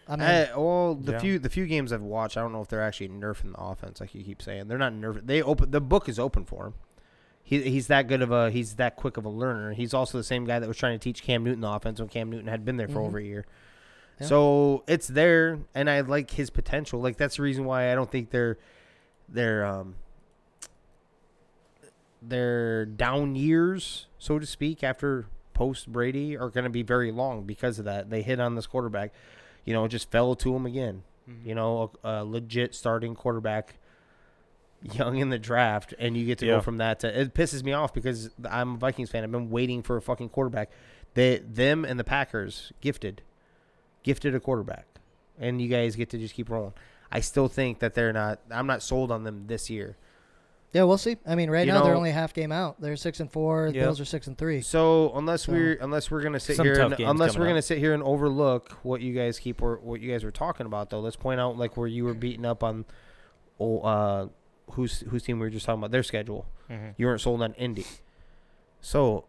I mean,
I, Uh, well, the
Yeah.
few the few games I've watched, I don't know if they're actually nerfing the offense, like you keep saying. They're not nerfing. They open the book is open for him. He, he's that good of a he's that quick of a learner. He's also the same guy that was trying to teach Cam Newton the offense when Cam Newton had been there for
Mm-hmm.
over a year.
Yeah.
So it's there, and I like his potential. Like that's the reason why I don't think they're they're um their down years, so to speak, after post Brady are going to be very long because of that. They hit on this quarterback, you know, it just fell to him again. You know, a, a legit starting quarterback, young in the draft, and you get to
Yeah.
go from that to it pisses me off because I'm a Vikings fan. I've been waiting for a fucking quarterback. They, them, and the Packers gifted, gifted a quarterback, and you guys get to just keep rolling. I still think that they're not. I'm not sold on them this year.
yeah, we'll see. I mean, right
You
now they're
know-
only half game out. They're six and four. The
Yeah.
Bills are six and three.
So unless
So-
we're unless we're gonna sit
Some
here
tough
and,
games
unless
coming
we're
up.
gonna sit here and overlook what you guys keep or what you guys were talking about though, let's point out like where you were beating up on, oh, uh, whose whose team we were just talking about their schedule.
Mhm.
You weren't sold on Indy, so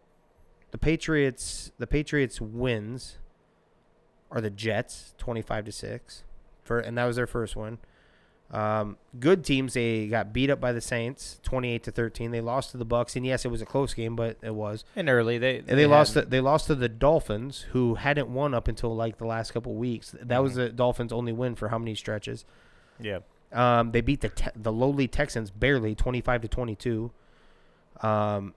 the Patriots the Patriots wins are the Jets twenty five to six, for and that was their first one. Um, good teams they got beat up by the Saints twenty eight to thirteen. They lost to the Bucks and yes it was a close game but it was.
And early they
And they, lost. To,
had-
they lost to the Dolphins, who hadn't won up until like the last couple weeks. That was
Mhm.
the Dolphins' only win for how many stretches?
Yeah.
Um, they beat the te- the lowly Texans barely, twenty five to twenty two. Um,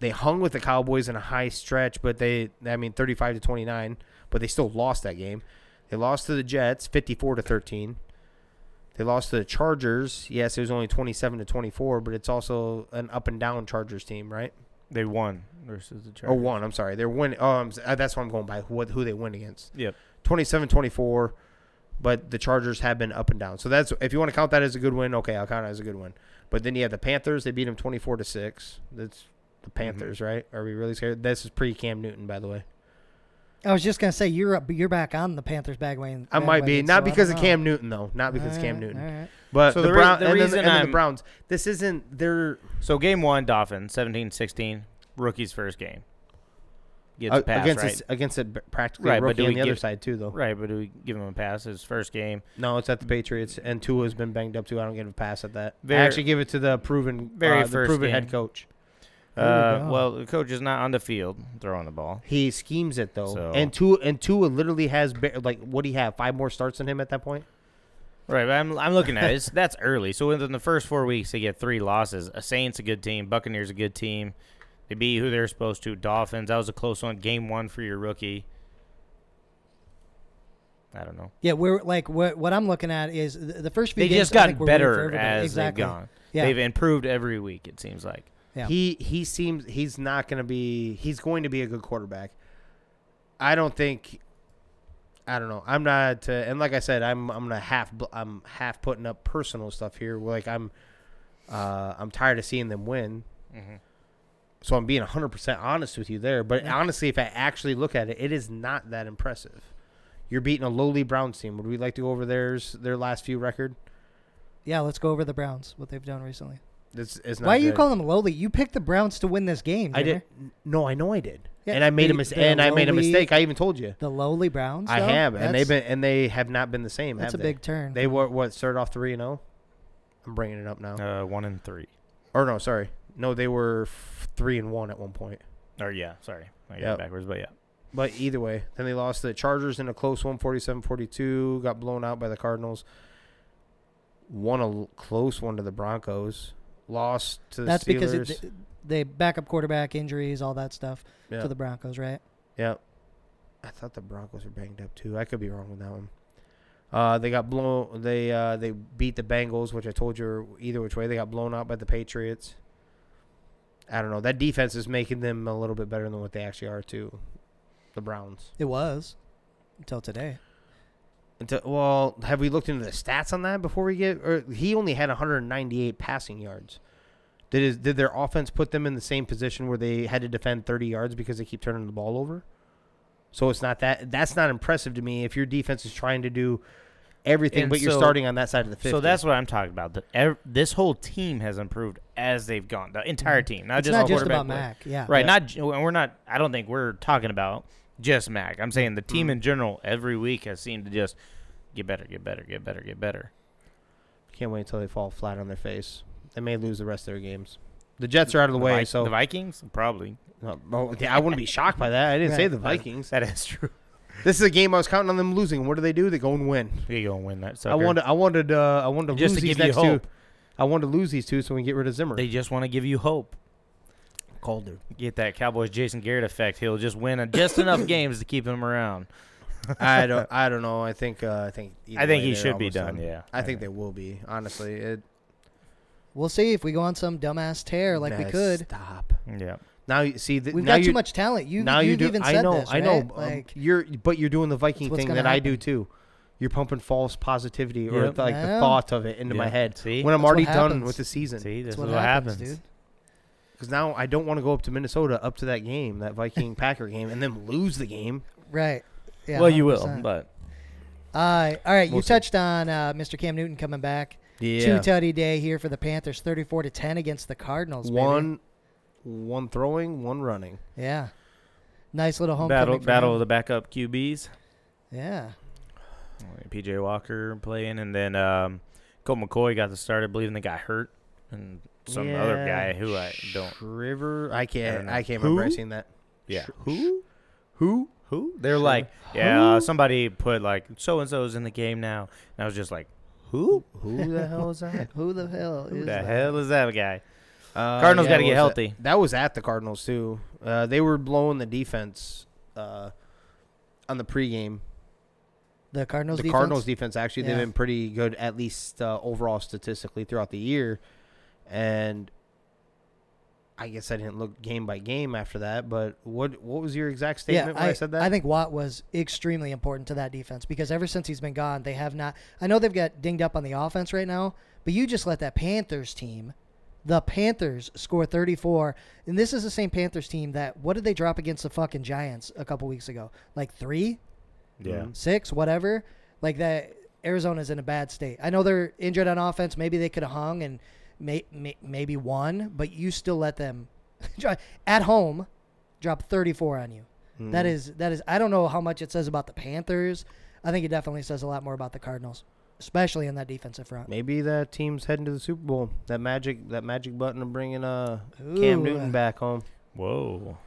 they hung with the Cowboys in a high stretch, but they I mean thirty five to twenty nine, but they still lost that game. They lost to the Jets, fifty four to thirteen. They lost to the Chargers. Yes, it was only twenty seven to twenty four, but it's also an up and down Chargers team, right?
They won versus the
Or
Chargers.
one, I'm sorry. They're winning. Oh, I'm, s- uh, that's what I'm going by. What who they win against?
Yep.
27-24, but the Chargers have been up and down. So that's if you want to count that as a good win, okay, I'll count it as a good win. But then you have the Panthers. They beat them 24 to six. That's
Mm-hmm.
the Panthers, right? Are we really scared? This is pre Cam Newton, by the way.
I was just gonna say you're up, you're back on the Panthers bagwagon.
I might be
bandwagon,
not
so I
because of
don't know.
Cam Newton though, not because
All
Cam
right,
Newton,
all right.
but
So
the,
the re-
Brown and,
the
then, the-
reason
and then the
I'm-
Browns. This isn't their
So game one, Dolphins 17-16, rookie's first game. Gets
uh,
a pass,
against oh.
right?
us- against it practically
Right,
right,
but
rookie
do
on
we
the other
give-
side too though.
Right, but do we give him a pass? His first game.
No, it's at the Patriots, and Tua's been banged up too. I don't give a pass at that.
Very-
I actually give it to the proven,
very
uh, the
first
proven head
game.
coach.
There you
Uh,
go.
well, the coach is not on the field throwing the ball.
He schemes it though,
So-
and Tua and Tua literally has ba- like what do you have? Five more starts than him at that point.
Right, but I'm, I'm looking at it. It's, that's early. So within the first four weeks, they get three losses. A Saints a good team. Buccaneers a good team. They beat who they're supposed to. Dolphins. That was a close one. Game one for your rookie. I don't know.
Yeah, we're like what what I'm looking at is the, the first few.
They
games,
just
I
got
think we're rooting for
better
everybody.
as
exactly.
they've gone.
Yeah.
They've improved every week. It seems like.
Yeah.
He he seems he's not going to be. He's going to be a good quarterback. I don't think. I don't know. I'm not, uh, and like I said, I'm I'm gonna half bl- I'm half putting up personal stuff here. Like I'm, uh, I'm tired of seeing them win.
Mm-hmm.
So I'm being 100% honest with you there. But honestly, if I actually look at it, it is not that impressive. You're beating a lowly Browns team. Would we like to go over theirs their last few record?
Yeah, let's go over the Browns, what they've done recently.
It's, it's not
Why are you
good.
calling them lowly? You picked the Browns to win this game.
I did.
remember?
No, I know I did.
Yeah,
and I made a
they-
mistake.
they're
And I made a
lowly-
mistake. I even told you.
The lowly Browns.
I
though?
have, and they've
That's-
been, and they have not been the same.
That's
have
a
they?
big turn.
They were what started off three and zero. I'm bringing it up now.
Uh, one and three.
Or no, sorry, no, they were f- three and one at one point.
Or yeah, sorry, I got
Yep.
it backwards, but yeah.
But either way, then they lost to the Chargers in a close one, 47-42, got blown out by the Cardinals. Won a l- close one to the Broncos. Lost to the
That's
Steelers.
because it, th- they backup quarterback injuries, all that stuff
yeah.
to the Broncos, right?
yeah. I thought the Broncos were banged up too. I could be wrong with that one. Uh, they got blown. They uh, they beat the Bengals, which I told you were either which way. They got blown out by the Patriots. I don't know. That defense is making them a little bit better than what they actually are too. The Browns.
It was. until today.
Until, well, have we looked into the stats on that before we get? Or he only had 198 passing yards. Did his, did their offense put them in the same position where they had to defend 30 yards because they keep turning the ball over? So it's not that that's not impressive to me. If your defense is trying to do everything,
And
but you're
so-
starting on that side of the 50.
So that's what I'm talking about. The, ev- this whole team has improved as they've gone. The entire team, Mm-hmm. not
it's
just
not
all
just
quarterback
about
play.
Mac. Yeah.
Right. Not j- we're not. I don't think we're talking about just Mac. I'm saying the team in general every week has seemed to just get better, get better, get better, get better.
can't wait until they fall flat on their face. They may lose the rest of their games. The Jets are out of the, way,
Vi-
so
the Vikings probably.
No, well, yeah, I wouldn't be shocked by that. I didn't say
Right.
the Vikings.
That is true.
This is a game I was counting on them losing. What do they do? They go and win.
They go and win that. Sucker.
I wanted, I wanted, uh, I wanted to
Just
lose
to
these
give you
next two.
hope.
I wanted to lose these two so we can get rid of Zimmer.
They just want to give you hope.
called her.
Get that Cowboys Jason Garrett effect. He'll just win a- just enough games to keep him around.
I don't, I don't know. I think, uh, I think, either
I think
way,
he
they're
should be
almost
done. Yeah.
I think they will be. Honestly, it,
We'll see if we go on some dumbass tear like we
Nah,
could.
stop.
Yeah.
Now you see that
We've
now
got
you-
too much talent. You
now
you've
you do.
even
I
said
know,
this,
I know.
right?
um,
like
you're, but you're doing the Viking
That's what's
thing
gonna
that I do
happen.
too. You're pumping false positivity or
Yep.
like the
Yeah.
thought of it into my
Yeah.
head
See?
when I'm
That's what
already done
happens.
with the season.
See,
that's
this is
what,
what,
happens, dude.
Because now I don't want to go up to Minnesota up to that game, that Viking Packer game, and then lose the game.
Right. Yeah,
well, you will,
100%.
but
Uh, all right,
We'll
you
see.
touched on uh, Mr. Cam Newton coming back. Two tutty day here for the Panthers, thirty-four to ten against the Cardinals. baby.
one, one throwing, one running.
Yeah. Nice little home
battle battle of the backup QBs.
Yeah.
PJ Walker playing, and then um, Colt McCoy got the start. I believe, and they got hurt, and some other guy who I don't.
River. I
I don't
can't.
know.
I, can't
Who?
remember I seen that.
Yeah.
Who? Who?
Who? They're like, yeah, uh, somebody put like so and so's in the game now, and I was just like, who?
Who the hell is that?
Who the hell
Who
is
the
that?
hell is that guy?
Uh,
Cardinals gotta
what was
get
that?
healthy.
That? was at the Cardinals too. Uh, they were blowing the defense uh, on the pregame.
The Cardinals.
the
defense?
Cardinals defense actually they've
Yeah.
been pretty good at least uh, overall statistically throughout the year, and I guess I didn't look game by game after that. But what what was your exact statement when I, said that?
I think Watt was extremely important to that defense because ever since he's been gone, they have not. I know they've got dinged up on the offense right now, but you just let that Panthers team, the Panthers, score 34. And this is the same Panthers team that, what did they drop against the fucking Giants a couple weeks ago? Like three,
Yeah.
six, whatever. Like that, Arizona's in a bad state. I know they're injured on offense. Maybe they could have hung and may, may, maybe won, but you still let them dri- at home drop 34 on you.
Hmm.
That is that is. I don't know how much it says about the Panthers. I think it definitely says a lot more about the Cardinals, especially in that defensive front.
Maybe that team's heading to the Super Bowl. That magic that magic button of bringing uh, Cam
Ooh.
Newton back home.
Whoa.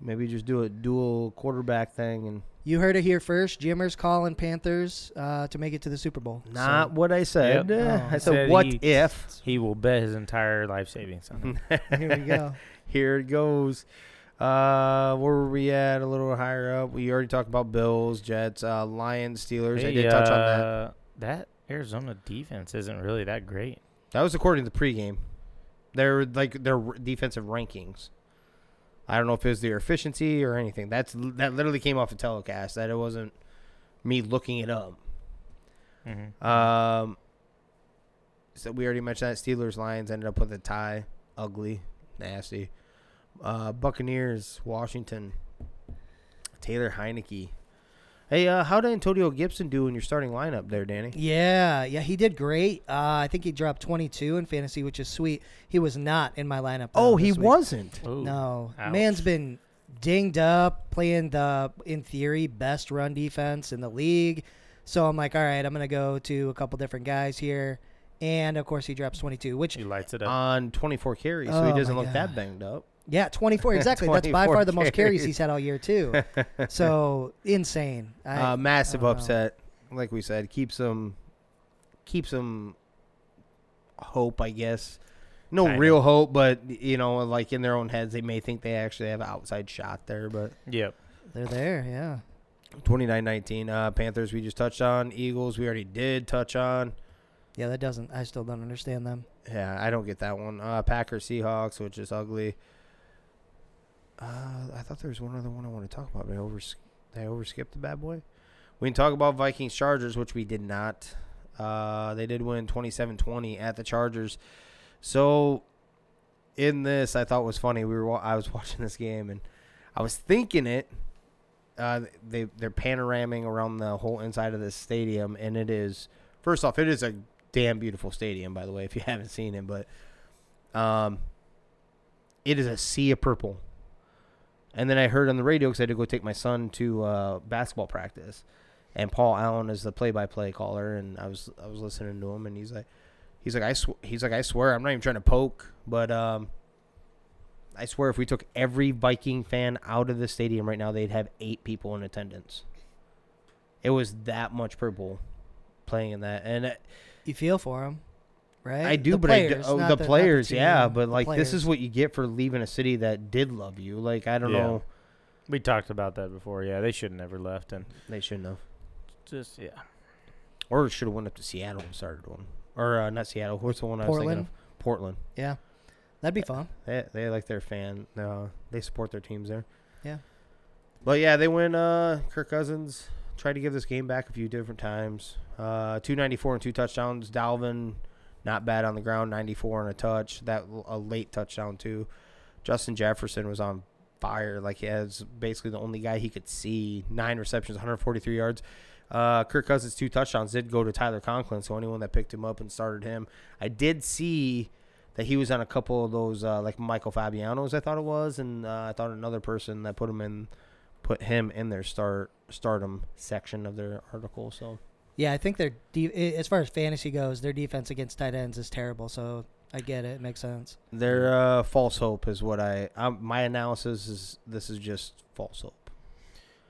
Maybe just do a dual quarterback thing and
You heard it here first. Jimmer's calling Panthers uh, to make it to the Super Bowl. So,
not what I said.
Yep.
Uh,
Oh.
I said,
Said
what
he-
if?
He will bet his entire life savings
Mm-hmm.
on it.
here we go.
Here it goes. Uh, where were we at? A little higher up. We already talked about Bills, Jets, uh, Lions, Steelers. I
Hey,
did touch on that.
uh, That Arizona defense isn't really that great.
That was according to the pregame. Their like their r- defensive rankings. I don't know if it was their efficiency or anything. That's l- that literally came off a telecast. That it wasn't me looking it up.
Mm-hmm.
Um, so we already mentioned that Steelers Lions ended up with a tie, ugly, nasty. Uh, Buccaneers Washington. Taylor Heineke. Hey, uh, how did Antonio Gibson do in your starting lineup there, Danny?
Yeah, yeah, he did great. Uh, I think he dropped 22 in fantasy, which is sweet. He was not in my lineup. though,
Oh, he
this week.
wasn't.
No, man's been dinged up, playing the in theory best run defense in the league. So I'm like, all right, I'm gonna go to a couple different guys here, and of course he drops 22, which
He lights it up.
on 24 carries, so he
Oh,
doesn't
my
look that
God.
banged up.
yeah, 24 exactly. That's by
24
far the most carries
carries.
he's had all year too. so insane. I, oh.
uh, massive
I don't know.
upset, like we said, keeps him, keeps him hope, I guess. No
Kinda.
real hope, but you know, like in their own heads, they may think they actually have an outside shot there. But
yep.
They're there, yeah.
29-19, uh, Panthers we just touched on, Eagles we already did touch on.
Yeah, that doesn't. I still don't understand them.
Yeah, I don't get that one. Uh, Packers Seahawks, which is ugly. Uh, I thought there was one other one I want to talk about. but I over, I overskipped the bad boy. We can talk about Vikings Chargers, which we did not. Uh, they did win 27 20 at the Chargers. So, in this, I thought was funny. We were wa- I was watching this game and I was thinking it. Uh, they they're panoraming around the whole inside of this stadium, and it is first off, it is a damn beautiful stadium. By the way, if you haven't seen it, but um, it is a sea of purple. And then I heard on the radio because I had to go take my son to uh, basketball practice, and Paul Allen is the play-by-play caller, and I was I was listening to him, and he's like, he's like I sw- he's like I swear I'm not even trying to poke, but um, I swear if we took every Viking fan out of the stadium right now, they'd have eight people in attendance. It was that much purple playing in that, and it,
You feel for him, right?
I do,
The
but I
players,
do, oh,
not
the,
not
players, yeah.
team,
But
the
like, this
players.
is what you get for leaving a city that did love you. Like, I don't
Yeah.
know,
We talked about that before. Yeah, they should have never left, and
they shouldn't have,
just yeah,
or should have went up to Seattle and started one, or uh, not Seattle. What's the one I was thinking
Portland.
of? Portland.
Yeah, that'd be
Uh,
fun.
They they like their fan. Uh, they support their teams there.
Yeah.
But yeah, they win. Uh, Kirk Cousins tried to give this game back a few different times. Uh, two ninety four and two touchdowns. Dalvin, not bad on the ground. Ninety four and a touch. That a late touchdown too. Justin Jefferson was on fire. Like he has basically the only guy he could see. Nine receptions, one hundred forty three yards. Uh, Kirk Cousins' two touchdowns did go to Tyler Conklin, so anyone that picked him up and started him, I did see that he was on a couple of those uh, like Michael Fabiano's, I thought it was, and uh, I thought another person that put him in, put him in their start stardom section of their article. So
Yeah, I think their de- i- as far as fantasy goes, their defense against tight ends is terrible. So I get it; it makes sense.
their uh, false hope is what I um, my analysis is. This is just false hope.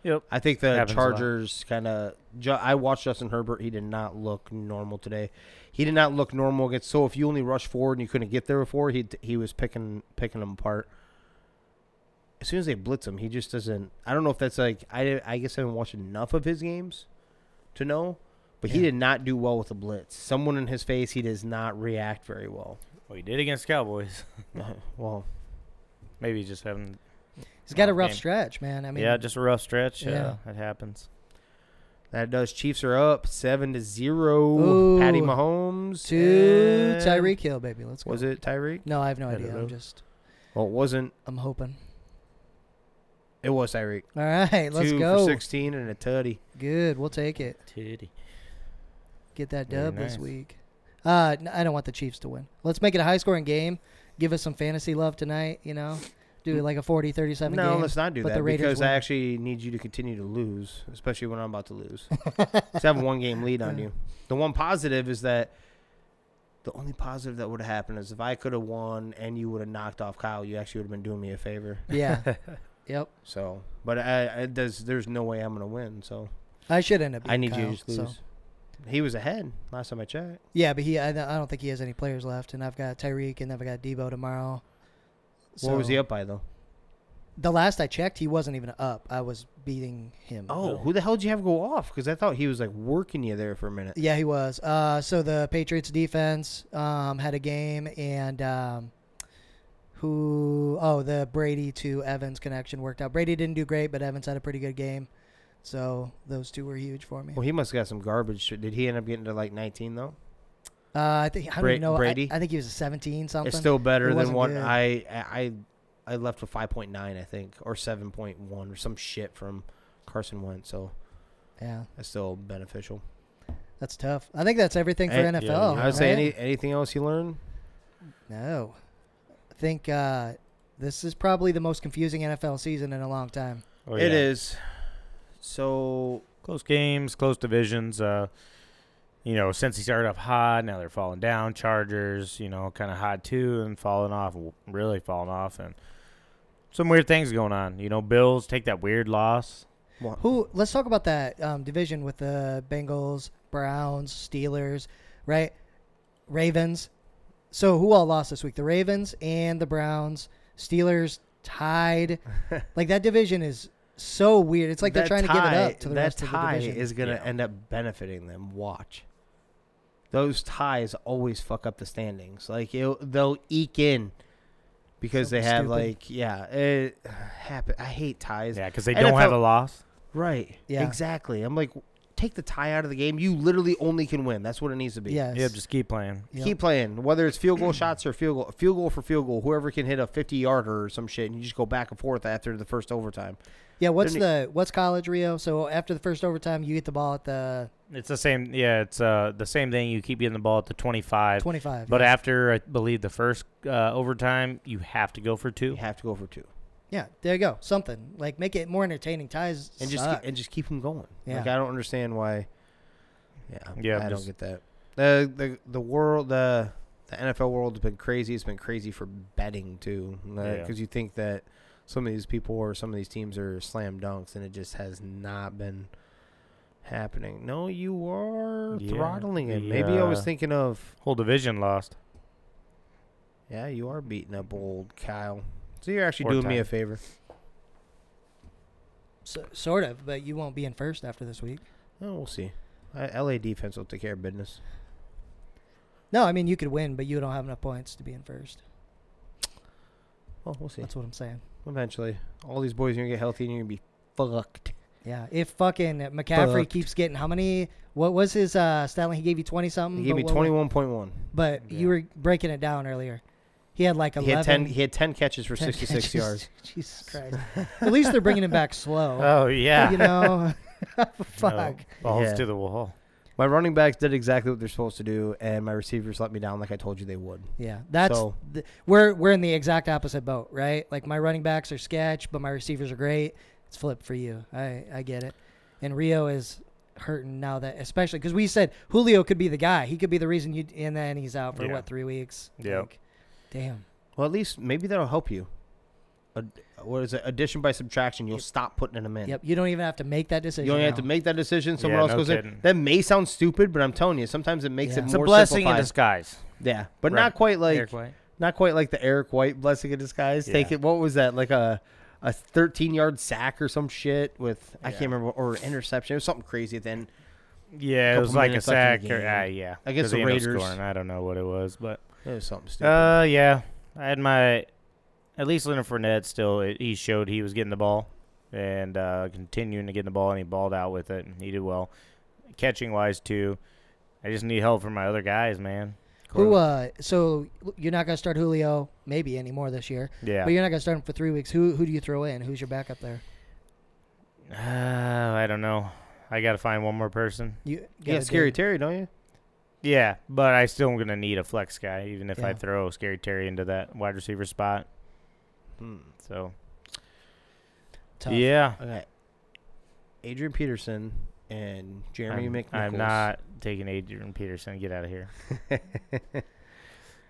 yep.
I think the
Happens a lot.
Chargers kind of. Ju- I watched Justin Herbert. He did not look normal today. He did not look normal against. So if you only rush forward and you couldn't get there before, he he was picking picking them apart. As soon as they blitz him, he just doesn't. I don't know if that's like I. I guess I haven't watched enough of his games to know, but he
Yeah.
did not do well with the blitz. Someone in his face, he does not react very well.
Well, he did against Cowboys.
well,
Maybe he's just having
He's got a
Oh,
rough
damn.
stretch, man. I mean,
yeah, just a rough stretch.
Yeah.
Yeah, uh, it happens.
that does. Chiefs are up seven to zero. Patty
Ooh.
Mahomes
to
and-
Tyreek Hill, baby. Let's go.
Was it Tyreek?
No, I have no
I
idea.
don't
I'm
know.
just
Well, it wasn't.
I'm hoping.
It was Tyreek.
All right, let's
Two
go.
for 16 and a tutty.
Good, we'll take it.
Titty.
Get that
Very
dub this
nice.
week. Uh, n- I don't want the Chiefs to win. Let's make it a high-scoring game. Give us some fantasy love tonight. You know, do like a 40-37
No,
game.
let's not do
but the
that
Raiders
because I
win.
actually need you to continue to lose, especially when I'm about to lose. Just have a one game lead on you. The one positive is that the only positive that would have happened is if I could have won and you would have knocked off Kyle, you actually would have been doing me a favor.
Yeah. yep.
So, but I, I does, there's no way I'm going to win. So
I should end up.
I need
beating
you
Kyle,
to just lose.
so-
He was ahead last time I checked.
Yeah, but he I, don't- I don't think he has any players left, and I've got Tyreek, and I've got Debo tomorrow.
what was
So-
he up by, though?
The last I checked, he wasn't even up. I was beating him.
Oh, who the hell did you have go off? Because I thought he was like working you there for a minute.
Yeah, he was. Uh, so the Patriots defense um, had a game, and um, who? Oh, the Brady to Evans connection worked out. Brady didn't do great, but Evans had a pretty good game. So those two were huge for me.
Well, he must have got some garbage. shit. Did he end up getting to like 19 though?
Uh, I think I don't
Bra-
even know. I-
Brady?
I, think he was a 17 something.
It's still
It
better than
wasn't
what
good.
I I I left with 5.9, I think, or 7.1 or some shit from Carson Wentz. So
yeah,
that's still beneficial.
that's tough. I think that's everything for
Hey, Eh, yeah,
NFL.
Oh,
I would say
right?
any anything else you learned?
No. I think uh, this is probably the most confusing NFL season in a long time.
Oh,
It
yeah.
is. So
close games, close divisions. Uh, you know, since he started off hot, now they're falling down. Chargers, you know, kind of hot too, and falling off, w- really falling off, and some weird things going on. You know, Bills take that weird loss.
Who? Let's talk about that um, division with the Bengals, Browns, Steelers, right? Ravens. So who all lost this week? The Ravens and the Browns. Steelers tied. like that division is so weird. It's like they're
that
trying to give it
tie-
up to the
that
rest of the
tie
division.
is going to
Yeah.
end up benefiting them. Watch. Those ties always fuck up the standings. Like it, they'll eke in because they
Something
have
stupid.
like yeah, it happen. I hate ties.
Yeah, because they
And
don't
I
have a
felt-
loss.
Right.
Yeah.
Exactly. I'm like, take the tie out of the game. You literally only can win. That's what it needs to be.
Yes.
Yep, just keep playing.
Yep.
Keep playing, whether it's field goal shots or field goal, field goal for field goal. Whoever can hit a fifty yarder or some shit, and you just go back and forth after the first overtime.
yeah. What's
ne-
the what's college Rio? So after the first overtime, you get the ball at the
It's the same. Yeah, it's uh the same thing. You keep getting the ball at the 25.
25.
But
yeah.
after I believe the first uh, overtime, you have to go for two.
You have to go for two,
yeah, there you go. Something like make it more entertaining. Ties
and just
suck.
ke- and just keep them going.
Yeah.
Like I don't understand why. Yeah,
Yeah,
I don't
just-
get that. the the The world, the the NFL world has been crazy. It's been crazy for betting too, because
Yeah.
you think that some of these people or some of these teams are slam dunks, and it just has not been happening. No, you are
Yeah,
throttling it.
the,
Maybe I was
uh,
thinking of.
Whole division lost.
Yeah, you are beating up old Kyle. So you're actually
Or
doing me
Ty.
a favor.
so, sort of, but you won't be in first after this week.
Oh, we'll see. I, LA defense will take care of business.
No, I mean you could win, but you don't have enough points to be in first.
Oh, Well, we'll see.
That's what I'm saying.
Eventually, all these boys are gonna get healthy and you're gonna be fucked.
Yeah, if fucking McCaffrey
Fucked.
keeps getting how many? What was his uh, stat line? He gave you twenty something.
He gave
Mm, but
me
what was-
twenty one point one.
But
Yeah.
you were breaking it down earlier. He had like
He
eleven.
had ten. He had ten catches for
10
sixty six
catches.
yards. Uh,
Jesus Christ! At least they're bringing him back slow.
Oh
You
yeah.
know, fuck.
balls
Yeah.
to the wall.
My running backs did exactly what they're supposed to do, and my receivers let me down like I told you they would.
Yeah, that's
So-
th- we're we're in the exact opposite boat, right? Like my running backs are sketch, but my receivers are great. It's flipped for you. I I get it. And Rio is hurting now that especially because we said Julio could be the guy. He could be the reason you. And then he's out for
Yeah.
what three weeks?
Yep.
Like, damn.
Well, at least maybe that'll help you. Ad- what is it? Addition by subtraction. You'll stop putting them in.
Yep. You don't even have to make that decision.
You only have to
now.
make that decision. Someone
Yeah,
else
no
goes
kidding.
in. That may sound stupid, but I'm telling you, sometimes it makes
Yeah.
it
It's
It's
more
a blessing in
simplified.
disguise.
Yeah, but
Right.
not quite like
Eric White.
not quite like the Eric White blessing in disguise. Take
Yeah.
it. What was that? Like a a 13 yard sack or some shit with I
Yeah.
can't remember or interception. It was something crazy. Then
Yeah, it was
couple
like a
minutes left
sack.
in the
Or,
game.
ah, yeah,
Against
'cause
the
he ended up
Raiders.
Scoring. I don't know what it was, but
it was something stupid.
uh, yeah, I had my at least Leonard Fournette still. It, he showed he was getting the ball and uh, continuing to get the ball, and he balled out with it, and he did well, catching wise too. I just need help from my other guys, man.
Who? Uh, so you're not gonna start Julio maybe anymore this year.
yeah,
But you're not gonna start him for three weeks. Who who do you throw in? Who's your backup there?
uh, I don't know. I got to find one more person.
You
you
gotta
got scary
do-
Terry, don't you?
Yeah, but I still am gonna need a flex guy, even if I
Yeah.
throw Scary Terry into that wide receiver spot.
Hmm.
So
tough.
yeah,
Okay. Adrian Peterson and Jeremy
I'm,
McNichols.
I'm not taking Adrian Peterson. Get out of here.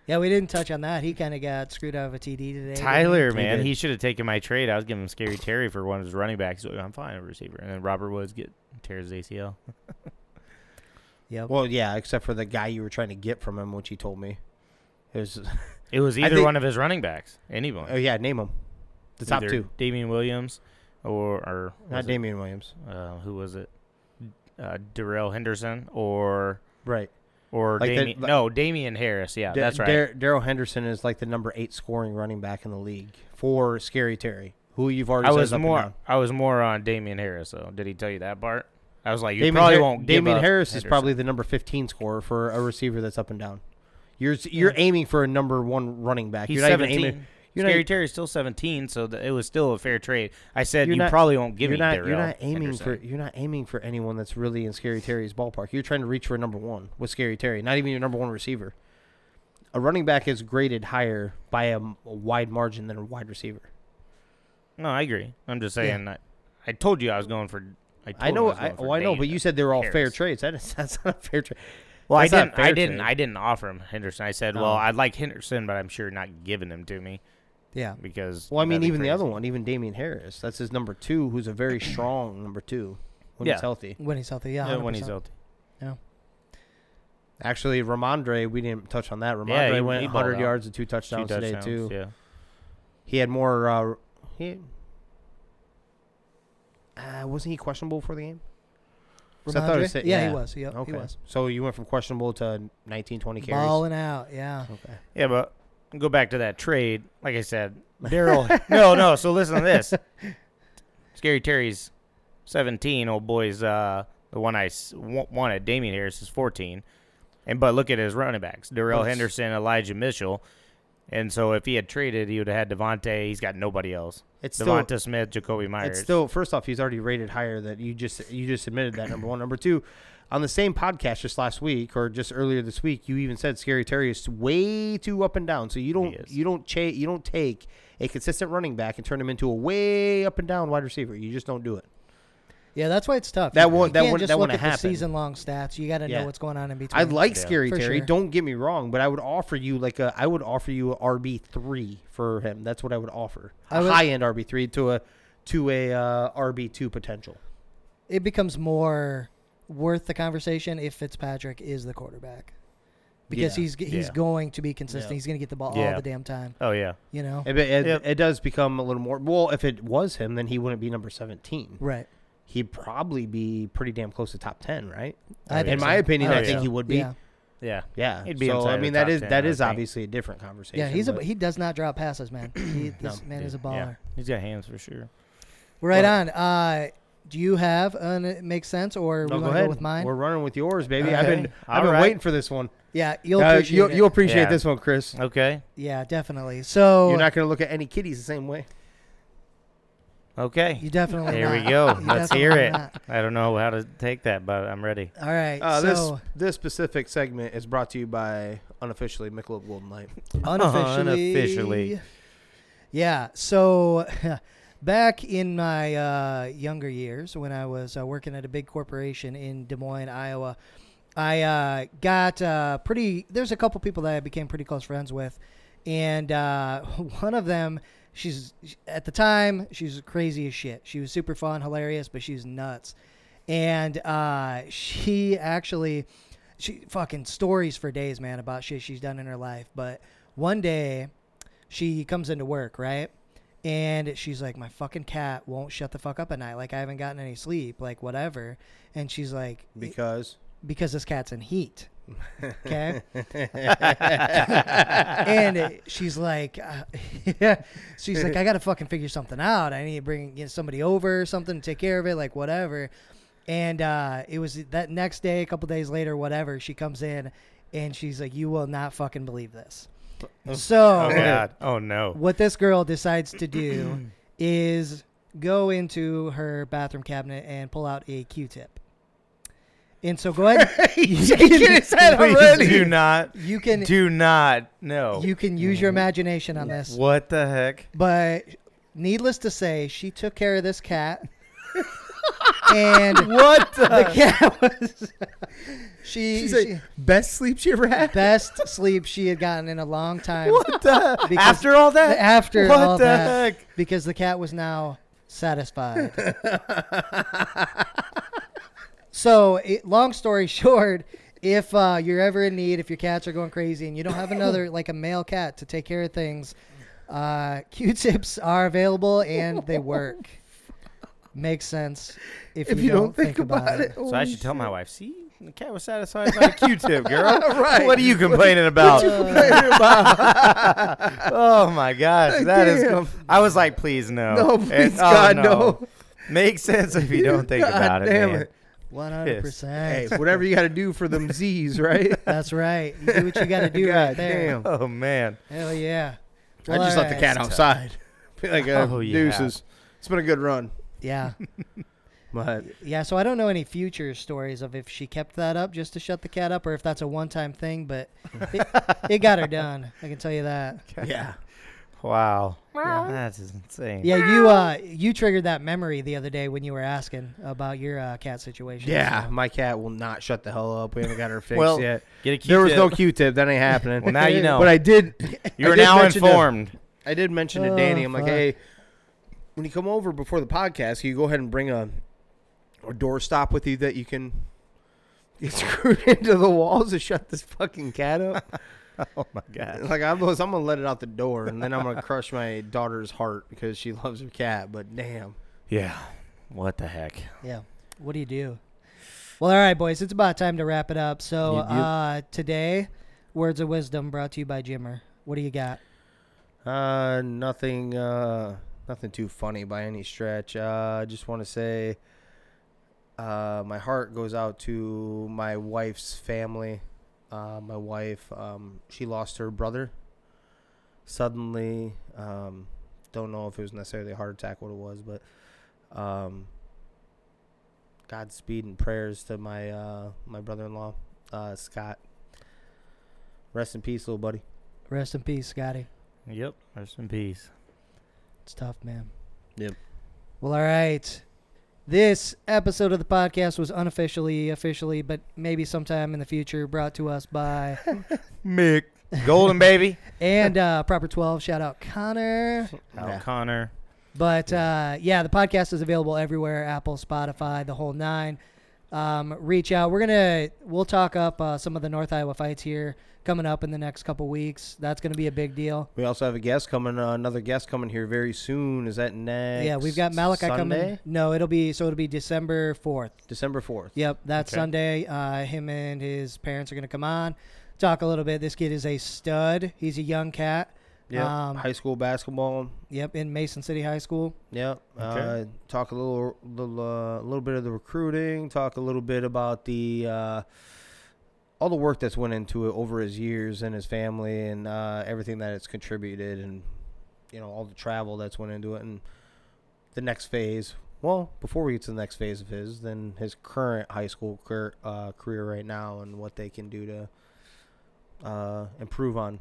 Yeah, we didn't touch on that. He kind of got screwed out of a TD today. didn't he?
Tyler,
He
man,
did.
he, should have taken my trade. I was giving him Scary Terry for one of his running backs. He's like, I'm fine, a receiver. And then Robert Woods get tears his ACL.
Yep.
Well, yeah, except for the guy you were trying to get from him, which he told me. It was
It was
I
either
think-
one of his running backs, anyone.
oh yeah, name him. The top
Either
two,
Damian Williams, or, or
not
was it-
Damian Williams.
uh, who was it? Uh, Darrell Henderson or
Right.
or
Like the-
Damian?
like-
no, Damian Harris. Yeah,
Da-
Uh, that's right.
Dar- Daryl Henderson is like the number eight scoring running back in the league for Scary Terry, who you've already.
I
said
was
is up and
more
down.
I was more on Damian Harris though. Did he tell you that part? I was like, you
Damien,
probably
Har-
won't. give
Damien
up
Harris is
Henderson.
probably the number fifteen scorer for a receiver that's up and down. You're you're aiming for a number one running back.
He's
you're not even
seventeen.
aiming. You're
Scary
not,
Terry's still seventeen, so th- it was still a fair trade. I said
You're
you
not-
probably won't give
you're
me
not,
Darrell
you're not aiming for
Henderson.
you're not aiming for anyone that's really in Scary Terry's ballpark. You're trying to reach for a number one with Scary Terry, not even your number one receiver. A running back is graded higher by a, m- a wide margin than a wide receiver.
No, I agree. I'm just saying. I, I told you I was going for. I, told
I
him
know,
was
I,
going for
oh, I know, but
Damien.
you said they were all fair
Harris.
trades. That is, that's not a fair trade.
Well, I
That's not a
didn't. I
fair
didn't.
trade. Oh.
I didn't offer him Henderson. I said, well,
No.
I'd like Henderson, but I'm sure not giving him to me
Yeah.
because.
Well, I mean,
that'd be
even the
crazy.
other one, even Damian Harris, that's his number two, who's a very strong number two when
Yeah.
he's healthy.
When he's healthy, yeah.
Yeah, when he's
100%.
healthy.
Actually, Ramondre, we didn't touch on that. Ramondre
Yeah, he-
went
he balled
100
out.
yards and two
Two
touchdowns, today too.
touchdowns. Yeah.
He had more. Uh, he uh, wasn't he questionable for the game? 'Cause I thought it
Ramondre?
said-
yeah,
yeah.
he was. Yep,
Okay,
he was.
so you went from questionable to 19, 20 carries.
Balling out, yeah.
Okay.
Yeah, but go back to that trade. Like I said, Daryl. no, no. So listen to this. Scary Terry's 17. Old boy's uh, The one I s- wa- wanted, Damian Harris, is 14. And but look at his running backs: Darrell
But-
Henderson, Elijah Mitchell. And so if he had traded, he would have had Devontae. He's got nobody else.
It's still-
Devonta Smith, Jacoby Myers.
It's still first off, he's already rated higher that you just you just admitted that number one. Number two, on the same podcast just last week or just earlier this week, you even said Scary Terry is way too up and down. So you
He
don't
is.
you don't cha- you don't take a consistent running back and turn him into a way up and down wide receiver. You just don't do it.
Yeah, that's why it's tough.
That
You
won't- that
can't
wouldn't-
just
that
look
wouldn't
at the
happen.
season long stats. You got to
Yeah.
know what's going on in between.
I like
Yeah.
Scary
For
Terry.
sure.
Don't get me wrong, but I would offer you like a I would offer you a RB three for him. That's what I would offer.
I
A
would-
high end RB three to a to a uh, RB two potential.
it becomes more worth the conversation if Fitzpatrick is the quarterback because
Yeah.
he's he's
Yeah.
going to be consistent.
Yeah.
He's going to get the ball all
Yeah.
the damn time.
Oh yeah.
You know,
It, it,
Yep.
it does become a little more. Well, if it was him, then he wouldn't be number 17.
right?
He'd probably be pretty damn close to top 10, right?
I
In
think
my
so.
opinion,
Oh,
I
yeah.
think he would be.
Yeah,
Yeah.
Yeah. He'd be
be so,
inside
I
the
mean, that
top
is
10,
that
I
is
think.
obviously a different conversation.
yeah. He's a
but-
he does not drop passes, man. He, this
No.
man is a baller.
Yeah. He's got hands for sure.
We're right
Well-
on. Uh, do you have an it makes sense or
No,
we
go
want to
ahead.
go with mine?
We're running with yours, baby. I've been
Okay.
I've
All
been
right.
waiting for this one.
yeah, you'll
Uh,
appreciate
you'll,
it.
you'll appreciate
Yeah.
this one, Chris.
Okay.
yeah, definitely. So
You're not going to look at any kitties the same way.
Okay.
you definitely.
Here we
not.
go.
You
Let's hear
definitely
it.
not.
I don't know how to take that, but I'm ready.
All right.
Uh,
so
this this specific segment is brought to you by unofficially Michelob Golden Light.
unofficially,
Unofficially.
Yeah. So back in my uh, younger years, when I was uh, working at a big corporation in Des Moines, Iowa, I uh, got uh, pretty. There's a couple people that I became pretty close friends with, and uh, one of them, she's at the time she's crazy as shit. She was super fun, hilarious, but she's nuts. And uh, she actually, she fucking stories for days, man, about shit she's done in her life. But one day, she comes into work, right? And she's like, My fucking cat won't shut the fuck up at night. Like, I haven't gotten any sleep, like, whatever. And she's like,
Because
Because this cat's in heat. Okay. and she's like, uh, yeah. She's like, I got to fucking figure something out. I need to bring get somebody over or something to take care of it, like, whatever. And uh, it was that next day, a couple days later, whatever, she comes in and she's like, You will not fucking believe this. So
Oh god. Oh no.
what this girl decides to do is go into her bathroom cabinet and pull out a Q-tip. And so go ahead. you, can,
Please do not.
you can
Do not. No.
you can use
Mm-hmm.
your imagination on this.
What the heck?
But needless to say, she took care of this cat. and
what the?
the cat was she,
She's
she-
like, best sleep she ever had.
best sleep she had gotten in a long time.
What the?
Because-
After all that?
After
what
all
the
that,
heck?
because the cat was now satisfied. so, it, long story short, if uh, you're ever in need, if your cats are going crazy, and you don't have another like a male cat to take care of things, uh, Q-tips are available and they work. Makes sense if,
If you don't think about it.
So I should tell my wife. See, the cat was satisfied by a Q-tip, girl.
Right.
What are you complaining about? oh my gosh, that is.
Damn.
I was like, please no.
No,
And-
please,
oh,
God, no.
Makes sense if you don't think
God
about it,
damn
man.
it.
One hundred
Hey,
percent.
whatever you got to do for them Z's, right?
That's right. You do what you got to do right
God
there.
damn.
Oh man.
Hell yeah.
I
Well,
just let the
alright.
cat outside. like, uh,
Oh, yeah.
deuces. It's been a good run.
Yeah.
But
Yeah, so I don't know any future stories of if she kept that up just to shut the cat up or if that's a one time thing, but it, it got her done. I can tell you that.
yeah,
Wow. That is insane.
Yeah, you uh you triggered that memory the other day when you were asking about your uh, cat situation.
yeah,
so-
my cat will not shut the hell up. We haven't got her fixed
Well,
yet.
Get a
There was no
Q-tip.
Q-tip. That ain't happening.
Well, now you know.
But I did. I
You're
did
now
mention to-
informed.
I did mention to
Oh,
Danny. I'm like,
fuck.
hey, when you come over before the podcast, can you go ahead and bring a a door stop with you that you can get screwed into the walls to shut this fucking cat up.
Oh my god.
Like I was, I'm gonna let it out the door, and then I'm gonna crush my daughter's heart because she loves her cat. But damn,
Yeah. What the heck?
Yeah. What do you do? Well, all right, boys, it's about time to wrap it up. So
Yep, yep.
uh today, words of wisdom brought to you by Jimmer. What do you got?
uh, nothing, uh, nothing too funny by any stretch. Uh, I just want to say, uh, my heart goes out to my wife's family. Uh, my wife, um, she lost her brother suddenly. Um, don't know if it was necessarily a heart attack, what it was, but um, Godspeed and prayers to my uh, my brother-in-law, uh, Scott. Rest in peace, little buddy.
Rest in peace, Scotty.
Yep. Rest in peace.
It's tough, man.
Yep.
Well, all right. This episode of the podcast was unofficially, officially, but maybe sometime in the future brought to us by
Mick. Golden baby.
and uh, Proper 12. Shout out Connor.
Al
Yeah.
Connor.
But uh, yeah, the podcast is available everywhere Apple, Spotify, the whole nine. Um, reach out. We're gonna we'll talk up uh, some of the North Iowa fights here coming up in the next couple weeks. That's gonna be a big deal.
We also have a guest coming, uh, another guest coming here very soon. Is that next?
yeah, we've got Malachi coming.
Sunday?
No, it'll be so it'll be December fourth.
December fourth.
Yep, that's
Okay.
Sunday. Uh, him and his parents are gonna come on, talk a little bit. This kid is a stud. He's a young cat.
Yeah.
Um,
High school basketball.
Yep, in Mason City High School.
Yep.
Okay.
Uh, talk a little, little, uh, little bit of the recruiting. Talk a little bit about the uh, all the work that's went into it over his years and his family and uh, everything that it's contributed and you know all the travel that's went into it and the next phase. Well, before we get to the next phase of his, then his current high school career, uh, career right now and what they can do to uh, improve on.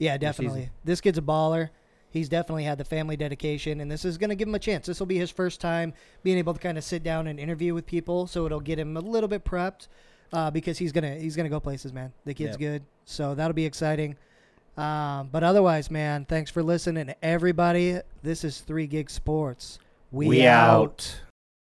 Yeah,
this season.
definitely. This kid's a baller. He's definitely had the family dedication, and this is going to give him a chance. This will be his first time being able to kind of sit down and interview with people, so it'll get him a little bit prepped uh, because he's gonna he's gonna go places, man. The kid's
Yep.
good, so that'll be exciting. Um, but otherwise, man, thanks for listening, everybody. This is Three Gig Sports.
We out.